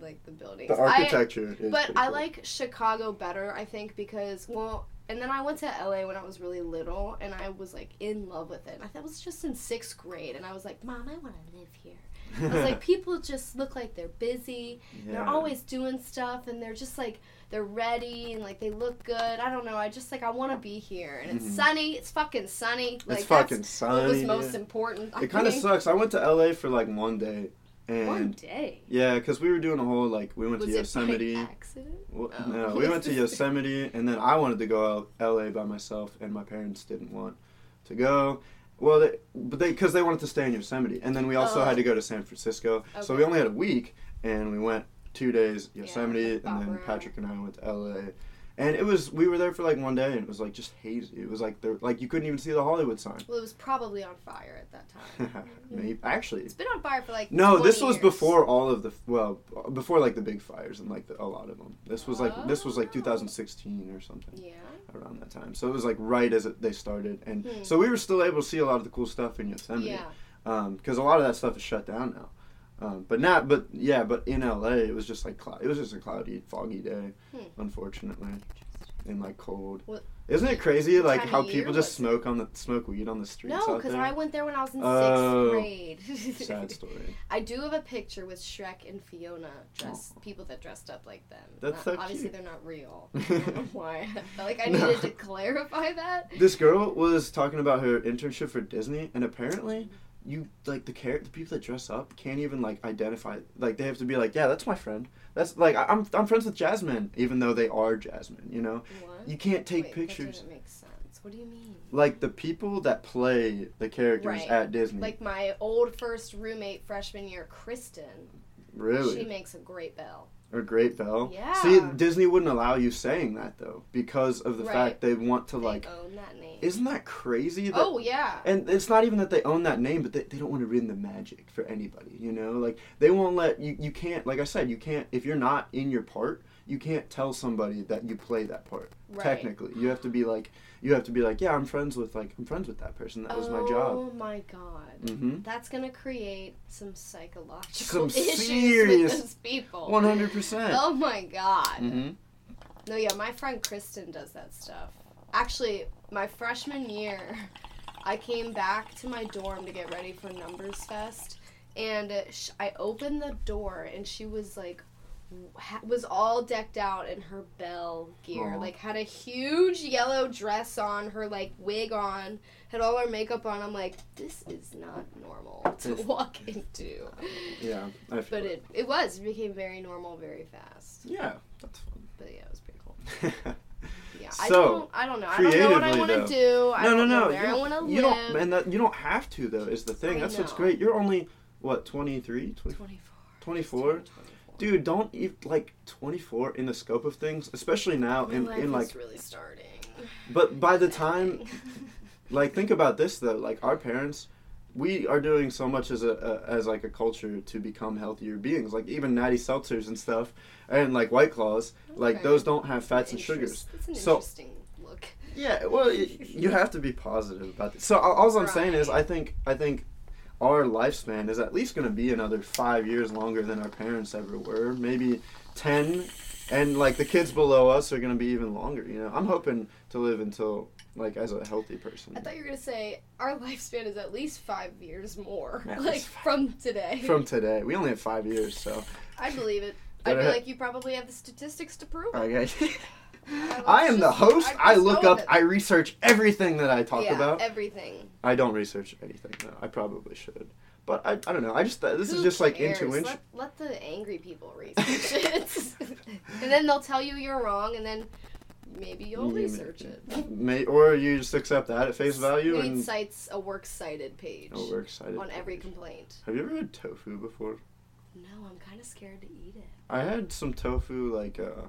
Speaker 2: like the buildings.
Speaker 1: The
Speaker 2: I-
Speaker 1: architecture is
Speaker 2: But
Speaker 1: pretty
Speaker 2: I
Speaker 1: cool.
Speaker 2: like Chicago better, I think, because well, and then I went to LA when I was really little, and I was like in love with it. I that was just in sixth grade, and I was like, Mom, I want to live here. I was like, people just look like they're busy. They're
Speaker 1: Yeah.
Speaker 2: always doing stuff, and they're just like they're ready and like they look good. I don't know. I just like I want to be here, and
Speaker 1: Mhm.
Speaker 2: it's sunny. It's fucking sunny. Like
Speaker 1: It's fucking
Speaker 2: that's What was
Speaker 1: sunny.
Speaker 2: most
Speaker 1: yeah.
Speaker 2: important? I
Speaker 1: It kind of
Speaker 2: think.
Speaker 1: sucks. I went to LA for like one day. And
Speaker 2: One day.
Speaker 1: yeah, because we were doing a whole like we went
Speaker 2: Was
Speaker 1: to
Speaker 2: it
Speaker 1: Yosemite.
Speaker 2: by accident?
Speaker 1: Well,
Speaker 2: Oh.
Speaker 1: No, we went to Yosemite, and then I wanted to go out LA by myself, and my parents didn't want to go. Well, they, but they because they wanted to stay in Yosemite, and then we also
Speaker 2: Oh.
Speaker 1: had to go to San Francisco. So
Speaker 2: Okay.
Speaker 1: we only had a week, and we went two days Yosemite,
Speaker 2: bop
Speaker 1: and then
Speaker 2: around.
Speaker 1: Patrick and I went to LA, and it was we were there for like one day, and it was like just hazy. It was like there like you couldn't even see the Hollywood sign.
Speaker 2: Well, it was probably on fire at that time.
Speaker 1: Maybe actually.
Speaker 2: It's been on fire for like
Speaker 1: No, this
Speaker 2: 20
Speaker 1: was
Speaker 2: years.
Speaker 1: before all of the well, before like the big fires and like the, a lot of them. This was like this was like
Speaker 2: Oh.
Speaker 1: 2016 or something
Speaker 2: Yeah.
Speaker 1: around that time. So it was like right as it, they started, and
Speaker 2: Hmm.
Speaker 1: so we were still able to see a lot of the cool stuff in Yosemite
Speaker 2: Yeah.
Speaker 1: because a lot of that stuff is shut down now. Um, but not, but yeah, but in LA, it was just like cloud. It was just a cloudy, foggy day,
Speaker 2: Hmm.
Speaker 1: unfortunately, and like cold.
Speaker 2: What-
Speaker 1: Isn't it crazy like
Speaker 2: time
Speaker 1: how
Speaker 2: of year
Speaker 1: people just
Speaker 2: was it?
Speaker 1: smoke on the smoke weed on the streets
Speaker 2: No,
Speaker 1: out
Speaker 2: because
Speaker 1: there?
Speaker 2: I went there when I was in
Speaker 1: Oh.
Speaker 2: sixth
Speaker 1: Sad
Speaker 2: grade.
Speaker 1: story.
Speaker 2: I do have a picture with Shrek and Fiona, dressed people that dressed up like them.
Speaker 1: Oh. That's
Speaker 2: Not-
Speaker 1: so
Speaker 2: Obviously,
Speaker 1: cute.
Speaker 2: they're not real. I don't know why? I felt like I
Speaker 1: No.
Speaker 2: needed to clarify that.
Speaker 1: This girl was talking about her internship for Disney, and apparently, you like the char- the people that dress up can't even like identify. Like they have to be like, yeah, that's my friend. That's like I- I'm I'm friends with Jasmine, even though they are Jasmine. You know,
Speaker 2: What?
Speaker 1: you can't take
Speaker 2: Wait, That
Speaker 1: pictures.
Speaker 2: doesn't make sense. What do you mean?
Speaker 1: Like the people that play the characters
Speaker 2: Right.
Speaker 1: at Disney,
Speaker 2: Like my old first roommate freshman year, Kristen.
Speaker 1: really,
Speaker 2: She makes a great bell.
Speaker 1: or Great Bell.
Speaker 2: Yeah.
Speaker 1: See, Disney wouldn't allow you saying that though, because of the
Speaker 2: Right.
Speaker 1: fact they want to like.
Speaker 2: they own that name.
Speaker 1: Isn't that crazy? That
Speaker 2: oh yeah.
Speaker 1: And it's not even that they own that name, but they, they don't want to ruin the magic for anybody, you know? Like, they won't let you, you can't, like I said, you can't, if you're not in your part, you can't tell somebody that you play that part.
Speaker 2: Right.
Speaker 1: Technically, you have to be like, you have to be like, yeah, I'm friends with, like, I'm friends with that person. That was my job.
Speaker 2: Oh my god.
Speaker 1: Mm-hmm.
Speaker 2: That's gonna create some psychological
Speaker 1: Some
Speaker 2: issues
Speaker 1: serious-
Speaker 2: with those people.
Speaker 1: 100%.
Speaker 2: Oh my god.
Speaker 1: Mm-hmm.
Speaker 2: No, yeah, my friend Kristen does that stuff. Actually, my freshman year, I came back to my dorm to get ready for Numbers Fest, and uh, sh- I opened the door, and she was like, w- ha- was all decked out in her bell gear,
Speaker 1: Aw.
Speaker 2: like had a huge yellow dress on, her like wig on, had all her makeup on. I'm like, this is not normal to
Speaker 1: This-
Speaker 2: walk into,
Speaker 1: Yeah. I feel
Speaker 2: but it it was it became very normal very fast.
Speaker 1: Yeah, that's fun.
Speaker 2: But yeah, it was pretty cool. Yeah, I
Speaker 1: So,
Speaker 2: don't. I don't know. I don't know what I
Speaker 1: creatively,
Speaker 2: want to
Speaker 1: though.
Speaker 2: do. I
Speaker 1: no, no,
Speaker 2: don't
Speaker 1: no.
Speaker 2: Know where
Speaker 1: you
Speaker 2: I
Speaker 1: don't-
Speaker 2: want to live.
Speaker 1: you don't, and that, you don't have to, though, is the thing.
Speaker 2: I
Speaker 1: That's what's
Speaker 2: know.
Speaker 1: great. You're only, what, 23, 24? 24? Dude, don't eat like 24 in the scope of things, especially now. In, in like,
Speaker 2: really starting.
Speaker 1: but by the time, like, think about this though. Like, our parents, we are doing so much as a, a as like a culture to become healthier beings. Like even natty seltzers and stuff, and like White Claws, like
Speaker 2: Okay.
Speaker 1: those don't have fats and sugars.
Speaker 2: It's an
Speaker 1: So-
Speaker 2: interesting look.
Speaker 1: Yeah, well, y- you have to be positive about this. So all all I'm saying is, I think I think our lifespan is at least going to be another five years longer than our parents ever were. Maybe ten, and like the kids below us are going to be even longer. You know, I'm hoping to live until like as a healthy person
Speaker 2: I thought you were gonna say our lifespan is at least five years more,
Speaker 1: At
Speaker 2: like
Speaker 1: least five.
Speaker 2: from today.
Speaker 1: from today. We only have five years, so
Speaker 2: I believe it. I
Speaker 1: Better-
Speaker 2: feel like you probably have the statistics to prove it.
Speaker 1: okay.
Speaker 2: I, was
Speaker 1: I am the
Speaker 2: just-
Speaker 1: host.
Speaker 2: I'm
Speaker 1: I
Speaker 2: just
Speaker 1: look
Speaker 2: going
Speaker 1: up.
Speaker 2: with
Speaker 1: I research everything that I talk
Speaker 2: yeah,
Speaker 1: about.
Speaker 2: everything.
Speaker 1: I don't research anything though. I probably should, but I, I don't know. I just this is
Speaker 2: Who
Speaker 1: just like
Speaker 2: cares?
Speaker 1: intuition.
Speaker 2: Let, let the angry people research it, and then they'll tell you you're wrong, and then maybe you'll
Speaker 1: You may-
Speaker 2: research it.
Speaker 1: May, or you just accept that at face value
Speaker 2: Read
Speaker 1: and
Speaker 2: cites a works cited page
Speaker 1: oh, we're excited.
Speaker 2: on every complaint.
Speaker 1: Have you ever had tofu before?
Speaker 2: No, I'm kind of scared to eat it.
Speaker 1: I had some tofu like uh,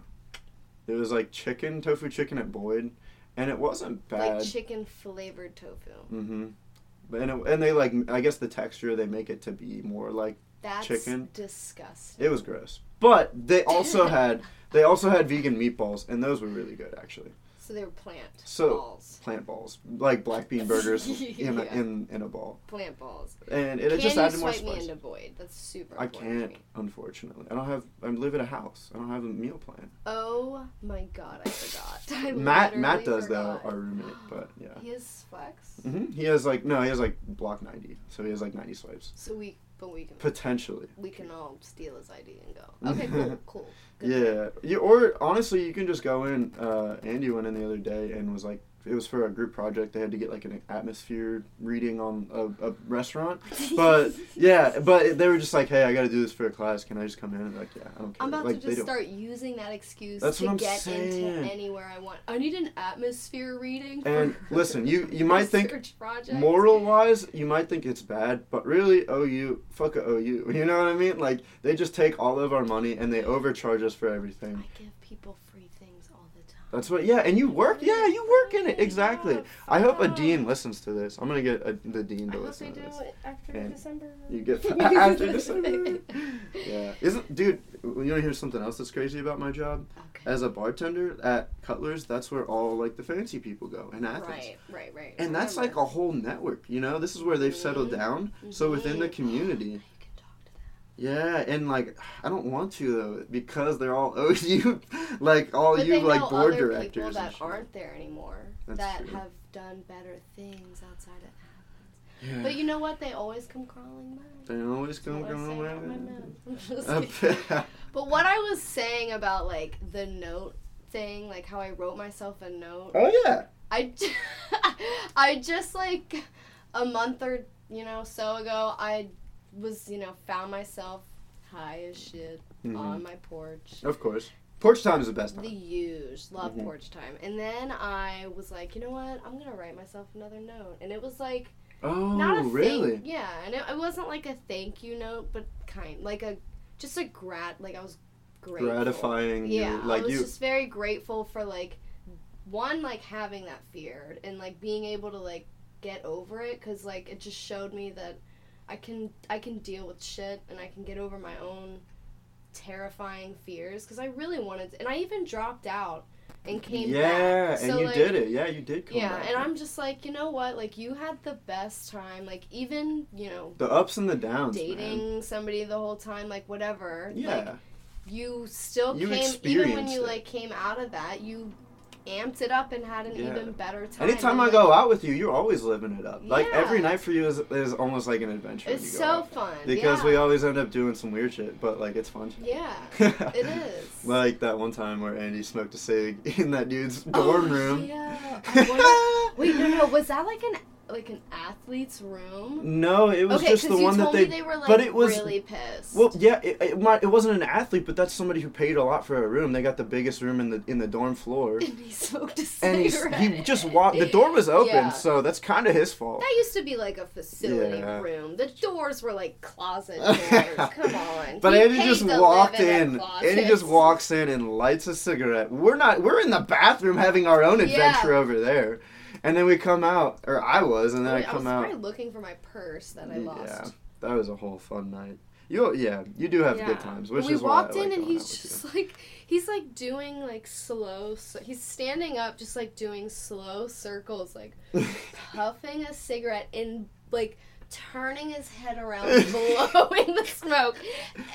Speaker 1: it was like chicken tofu chicken at Boyd, and it wasn't bad.
Speaker 2: Like chicken flavored tofu.
Speaker 1: mm-hmm. But and it, and they like I guess the texture they make it to be more like
Speaker 2: That's
Speaker 1: Chicken?
Speaker 2: disgusting.
Speaker 1: it was gross. But they also had they also had vegan meatballs and those were really good actually.
Speaker 2: So they were plant
Speaker 1: So-
Speaker 2: balls.
Speaker 1: Plant balls like black bean burgers in, a,
Speaker 2: Yeah.
Speaker 1: in in a ball,
Speaker 2: Plant balls.
Speaker 1: and it
Speaker 2: Can
Speaker 1: just
Speaker 2: you
Speaker 1: added more
Speaker 2: swipe me
Speaker 1: spice.
Speaker 2: into void? That's super.
Speaker 1: I
Speaker 2: important to
Speaker 1: can't,
Speaker 2: me.
Speaker 1: unfortunately. I don't have. I live in a house. I don't have a meal plan.
Speaker 2: Oh my god, I forgot. I
Speaker 1: Matt Matt
Speaker 2: literally
Speaker 1: does
Speaker 2: forgot.
Speaker 1: though, our roommate. But yeah,
Speaker 2: He has flex.
Speaker 1: hmm he has like no, he has like block ninety, so he has like ninety swipes
Speaker 2: So we, but we can
Speaker 1: potentially.
Speaker 2: we can all steal his ID and go. Okay, cool, cool.
Speaker 1: Yeah, you or honestly, you can just go in. Uh, Andy went in the other day and was like, it was for a group project. They had to get like an atmosphere reading on a, a restaurant. But yeah, but they were just like, hey, I got to do this for a class. Can I just come in? And like, yeah, I don't care.
Speaker 2: I'm about
Speaker 1: like,
Speaker 2: to
Speaker 1: they
Speaker 2: just
Speaker 1: don't-
Speaker 2: start using that excuse
Speaker 1: That's
Speaker 2: to
Speaker 1: what I'm
Speaker 2: get
Speaker 1: saying.
Speaker 2: into anywhere I want. I need an atmosphere reading.
Speaker 1: And
Speaker 2: for
Speaker 1: listen, you you might think
Speaker 2: research project.
Speaker 1: Moral wise, you might think it's bad, but really, OU, fuck a OU. You know what I mean? Like, they just take all of our money and they overcharge us for
Speaker 2: I
Speaker 1: everything.
Speaker 2: give people free things all the time.
Speaker 1: That's what, yeah, and you work, yeah, you work in it, exactly.
Speaker 2: Yeah,
Speaker 1: I hope a
Speaker 2: fuck.
Speaker 1: dean listens to this. I'm gonna get a, the dean
Speaker 2: I
Speaker 1: to
Speaker 2: hope they
Speaker 1: listen to
Speaker 2: do
Speaker 1: this.
Speaker 2: it after
Speaker 1: And
Speaker 2: December.
Speaker 1: You get after December. Yeah, isn't dude? You wanna hear something else that's crazy about my job?
Speaker 2: Okay.
Speaker 1: As a bartender at Cutler's, that's where all like the fancy people go in Athens.
Speaker 2: Right, right, right.
Speaker 1: And that's like
Speaker 2: Mm-hmm.
Speaker 1: a whole network, you know. This is where they've settled down. So within the community,
Speaker 2: You Mm-hmm. Oh, can talk to
Speaker 1: Yeah, and like I don't want to though because they're all OU, like all
Speaker 2: but
Speaker 1: you
Speaker 2: they
Speaker 1: like
Speaker 2: know
Speaker 1: board
Speaker 2: other
Speaker 1: directors.
Speaker 2: people
Speaker 1: and
Speaker 2: that
Speaker 1: shit.
Speaker 2: aren't there anymore
Speaker 1: That's
Speaker 2: that
Speaker 1: true.
Speaker 2: have done better things outside of.
Speaker 1: Yeah.
Speaker 2: But you know what? They always come crawling back.
Speaker 1: they always come
Speaker 2: That's what I
Speaker 1: going
Speaker 2: say out my
Speaker 1: away.
Speaker 2: mouth. I'm just
Speaker 1: Uh,
Speaker 2: kidding. But what I was saying about like the note thing, like how I wrote myself a note,
Speaker 1: oh yeah.
Speaker 2: I, j- I just like a month or you know so ago, I was you know found myself high as shit
Speaker 1: Mhm.
Speaker 2: on my porch.
Speaker 1: Of course, porch time is the best time.
Speaker 2: Um, The huge love
Speaker 1: Mhm.
Speaker 2: porch time, and then I was like, you know what? I'm gonna write myself another note, and it was like
Speaker 1: oh
Speaker 2: not a
Speaker 1: really?
Speaker 2: Thank, yeah, and it, it wasn't like a thank you note, but kind like a just a grat like I was grateful.
Speaker 1: Gratifying. you-
Speaker 2: Yeah, I
Speaker 1: like
Speaker 2: was
Speaker 1: you.
Speaker 2: just very grateful for like one like having that fear and like being able to like get over it because like it just showed me that I can I can deal with shit and I can get over my own terrifying fears because I really wanted to, and I even dropped out and came
Speaker 1: yeah,
Speaker 2: back.
Speaker 1: and
Speaker 2: So,
Speaker 1: you
Speaker 2: like,
Speaker 1: did it. Yeah, you did. Come
Speaker 2: yeah,
Speaker 1: back.
Speaker 2: and I'm just like, you know what? Like, you had the best time. Like, even, you know,
Speaker 1: the ups and the downs. man.
Speaker 2: dating somebody the whole time, like, whatever. Like,
Speaker 1: Yeah,
Speaker 2: you still
Speaker 1: You
Speaker 2: came, even when
Speaker 1: experienced
Speaker 2: you,
Speaker 1: it.
Speaker 2: like, came out of that, you amped it up and had an
Speaker 1: Yeah.
Speaker 2: even better time.
Speaker 1: Anytime I
Speaker 2: And, like,
Speaker 1: go out with you, you're always living it up. Like
Speaker 2: Yeah.
Speaker 1: every night for you is, is almost like an adventure. when
Speaker 2: It's
Speaker 1: you
Speaker 2: so
Speaker 1: go out.
Speaker 2: fun.
Speaker 1: because
Speaker 2: yeah.
Speaker 1: we always end up doing some weird shit, but like it's fun.
Speaker 2: Yeah.
Speaker 1: it
Speaker 2: is.
Speaker 1: like that one time where Andy smoked a cig in that dude's
Speaker 2: Oh,
Speaker 1: dorm room.
Speaker 2: Yeah. I wonder- Wait, no, no. Was that, like, an like an athlete's room?
Speaker 1: No, it was
Speaker 2: okay,
Speaker 1: just the
Speaker 2: you
Speaker 1: one that
Speaker 2: told
Speaker 1: they.
Speaker 2: me they were, like,
Speaker 1: but it was
Speaker 2: really pissed.
Speaker 1: well, yeah. It, it, might- it wasn't an athlete, but that's somebody who paid a lot for a room. They got the biggest room in the in the dorm floor,
Speaker 2: and he smoked a
Speaker 1: and he
Speaker 2: cigarette.
Speaker 1: he just walked. The door was open,
Speaker 2: Yeah.
Speaker 1: so that's kind of his fault.
Speaker 2: That used to be like a facility
Speaker 1: Yeah.
Speaker 2: room. The doors were like closet doors. Come on.
Speaker 1: But
Speaker 2: He
Speaker 1: Andy
Speaker 2: paid
Speaker 1: just
Speaker 2: to live
Speaker 1: walked
Speaker 2: a
Speaker 1: in. Andy
Speaker 2: closet.
Speaker 1: just walks in and lights a cigarette. We're not. We're in the bathroom having our own adventure over there, and then we come out, or I was, and then I
Speaker 2: Wait, I was
Speaker 1: come
Speaker 2: probably
Speaker 1: out.
Speaker 2: looking for my purse that I lost.
Speaker 1: Yeah, that was a whole fun night. You, yeah, you do have
Speaker 2: Yeah.
Speaker 1: good times, which
Speaker 2: we
Speaker 1: is
Speaker 2: walked
Speaker 1: why I
Speaker 2: in
Speaker 1: like
Speaker 2: and
Speaker 1: going out
Speaker 2: he's
Speaker 1: with you.
Speaker 2: just like he's like doing like slow so he's standing up just like doing slow circles like puffing a cigarette and like turning his head around blowing the smoke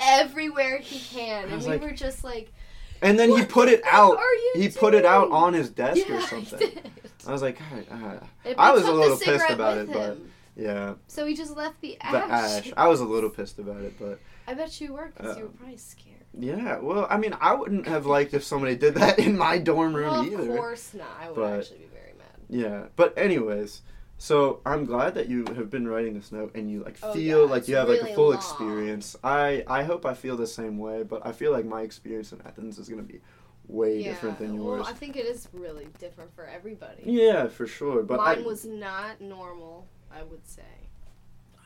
Speaker 2: everywhere he can
Speaker 1: I
Speaker 2: and
Speaker 1: was
Speaker 2: we
Speaker 1: like,
Speaker 2: were just like
Speaker 1: and then he
Speaker 2: "What
Speaker 1: put
Speaker 2: the
Speaker 1: it
Speaker 2: fuck
Speaker 1: out.
Speaker 2: are you
Speaker 1: He put it out
Speaker 2: doing?"
Speaker 1: on his desk
Speaker 2: Yeah,
Speaker 1: or
Speaker 2: he
Speaker 1: something.
Speaker 2: did.
Speaker 1: I was like, God, uh,
Speaker 2: And
Speaker 1: I
Speaker 2: we
Speaker 1: was a
Speaker 2: took the
Speaker 1: little pissed
Speaker 2: cigarette
Speaker 1: about
Speaker 2: with
Speaker 1: it, but-
Speaker 2: him.
Speaker 1: yeah,
Speaker 2: so he just left the ash.
Speaker 1: the ash. I was a little pissed about it, but
Speaker 2: I bet you were because you were
Speaker 1: Uh,
Speaker 2: probably scared.
Speaker 1: yeah. Well, I mean, I wouldn't have liked if somebody did that in my dorm room
Speaker 2: Well, of
Speaker 1: either.
Speaker 2: course not. I would
Speaker 1: but-
Speaker 2: actually be very mad.
Speaker 1: Yeah, but anyways, so I'm glad that you have been writing this note and you like
Speaker 2: Oh,
Speaker 1: feel
Speaker 2: yeah,
Speaker 1: like
Speaker 2: it's
Speaker 1: you have like
Speaker 2: really
Speaker 1: a full
Speaker 2: long.
Speaker 1: experience. I I hope I feel the same way, but I feel like my experience in Athens is gonna be way different than
Speaker 2: well,
Speaker 1: yours.
Speaker 2: I think it is really different for everybody.
Speaker 1: yeah, for sure. But
Speaker 2: Mine
Speaker 1: I
Speaker 2: was not normal, I would say.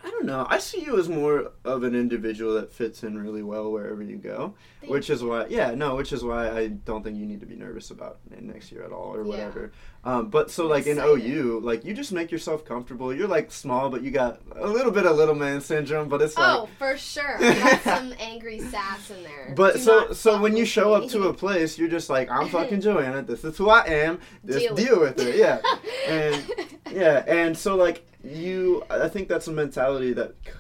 Speaker 1: I don't know. I see you as more of an individual that fits in really well wherever you go,
Speaker 2: Thank
Speaker 1: which is why yeah no, which is why I don't think you need to be nervous about it next year at all or
Speaker 2: Yeah.
Speaker 1: whatever. Um, but so
Speaker 2: I'm
Speaker 1: like in
Speaker 2: excited.
Speaker 1: OU, like you just make yourself comfortable. You're like small, but you got a little bit of little man syndrome. But it's like
Speaker 2: oh, for sure. I got some angry sass in there.
Speaker 1: But
Speaker 2: Do
Speaker 1: so
Speaker 2: not
Speaker 1: so
Speaker 2: fuck
Speaker 1: when you
Speaker 2: with
Speaker 1: show
Speaker 2: me.
Speaker 1: up to a place, you're just like, I'm fucking Joanna. This is who I am. Just deal, with it. Yeah, and yeah, and so like you, I think that's a mentality that c-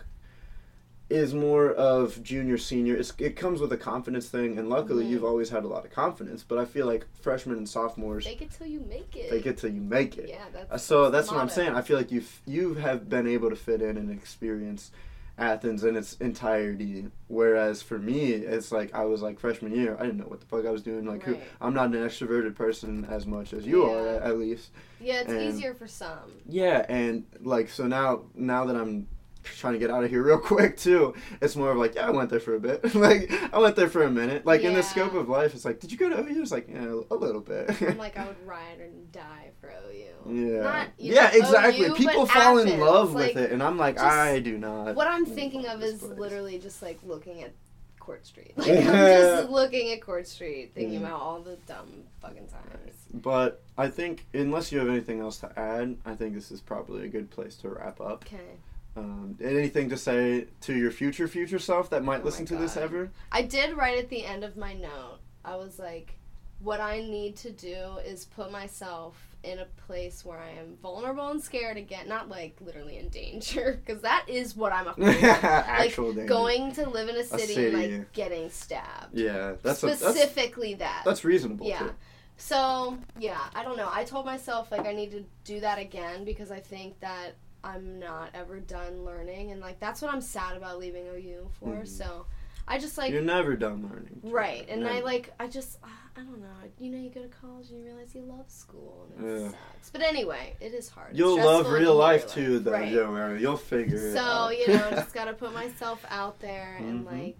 Speaker 1: is more of junior senior. It's, it comes with a confidence thing, and luckily
Speaker 2: Mhm.
Speaker 1: you've always had a lot of confidence. But I feel like freshmen and sophomores,
Speaker 2: Fake it till you make it.
Speaker 1: they get till you make it.
Speaker 2: Yeah, that's
Speaker 1: Uh, So that's
Speaker 2: the
Speaker 1: what I'm
Speaker 2: motto.
Speaker 1: saying. I feel like you you have been able to fit in and experience Athens in its entirety. Whereas for me, it's like I was like freshman year, I didn't know what the fuck I was doing. Like who,
Speaker 2: Right.
Speaker 1: I'm not an extroverted person as much as you are,
Speaker 2: Yeah.
Speaker 1: at least.
Speaker 2: Yeah, it's
Speaker 1: and-
Speaker 2: easier for some.
Speaker 1: Yeah, and like so now now that I'm trying to get out of here real quick too, it's more of like yeah, I went there for a bit. like I went there for a minute. Like in the
Speaker 2: Yeah.
Speaker 1: scope of life, it's like did you go to OU? It's like yeah, a little bit.
Speaker 2: I'm like, I would ride and die for OU.
Speaker 1: Yeah.
Speaker 2: Not, you
Speaker 1: yeah,
Speaker 2: know,
Speaker 1: exactly.
Speaker 2: OU,
Speaker 1: People
Speaker 2: but
Speaker 1: fall in
Speaker 2: Athens,
Speaker 1: love
Speaker 2: like,
Speaker 1: with it, and I'm like,
Speaker 2: just-
Speaker 1: I do not.
Speaker 2: What I'm thinking of
Speaker 1: This
Speaker 2: is
Speaker 1: place.
Speaker 2: literally just like looking at Court Street. Like I'm just looking at Court Street, thinking
Speaker 1: Mhm.
Speaker 2: about all the dumb fucking times.
Speaker 1: But I think, unless you have anything else to add, I think this is probably a good place to wrap up.
Speaker 2: Okay.
Speaker 1: Um, anything to say to your future, future self that might
Speaker 2: Oh
Speaker 1: listen to
Speaker 2: my
Speaker 1: this
Speaker 2: God.
Speaker 1: ever?
Speaker 2: I did write at the end of my note. I was like, what I need to do is put myself in a place where I am vulnerable and scared again, not like literally in danger, because that is what I'm afraid of.
Speaker 1: Actual
Speaker 2: like
Speaker 1: danger.
Speaker 2: going to live in a city,
Speaker 1: city,
Speaker 2: and
Speaker 1: yeah.
Speaker 2: like getting stabbed.
Speaker 1: Yeah, that's a, that's
Speaker 2: Specifically that.
Speaker 1: that's reasonable.
Speaker 2: yeah.
Speaker 1: Too.
Speaker 2: So yeah, I don't know. I told myself like I need to do that again because I think that I'm not ever done learning, and like that's what I'm sad about leaving OU for.
Speaker 1: Mhm.
Speaker 2: So I just like
Speaker 1: You're never done learning. too.
Speaker 2: Right, and I
Speaker 1: Yeah.
Speaker 2: like I just uh, I don't know. You know, you go to college and you realize you love school and it
Speaker 1: Yeah.
Speaker 2: sucks. But anyway, it is hard. It's
Speaker 1: You'll love
Speaker 2: stressful and
Speaker 1: real
Speaker 2: you
Speaker 1: life
Speaker 2: hate
Speaker 1: too, though.
Speaker 2: Right.
Speaker 1: Don't worry, you'll figure it
Speaker 2: So
Speaker 1: out.
Speaker 2: you know, just gotta put myself out there and
Speaker 1: Mhm.
Speaker 2: like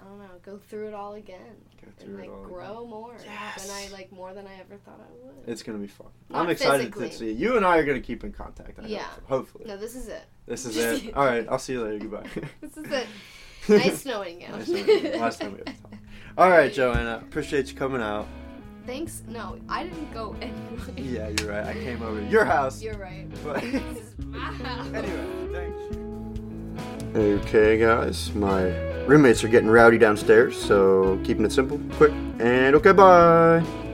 Speaker 2: I don't know, go through it all again
Speaker 1: Go through
Speaker 2: and
Speaker 1: it
Speaker 2: like
Speaker 1: all again.
Speaker 2: grow more
Speaker 1: oh, Yes.
Speaker 2: than I like more than I ever thought I would.
Speaker 1: It's gonna be fun.
Speaker 2: Not
Speaker 1: I'm excited
Speaker 2: physically.
Speaker 1: to see you and I are gonna keep in contact. I hope
Speaker 2: Yeah.
Speaker 1: so. hopefully.
Speaker 2: no, this is it.
Speaker 1: This is it. All right, I'll see you later. Goodbye.
Speaker 2: This is it. Nice knowing you.
Speaker 1: Nice knowing you. Last time we had time. All right, Joanna. Appreciate you coming out.
Speaker 2: Thanks. No, I didn't go anywhere.
Speaker 1: Yeah, you're right. I came over to your house.
Speaker 2: You're right.
Speaker 1: But
Speaker 2: This is my house.
Speaker 1: anyway, thanks.
Speaker 3: Okay, guys, my roommates are getting rowdy downstairs, so keeping it simple, quick, and okay, bye.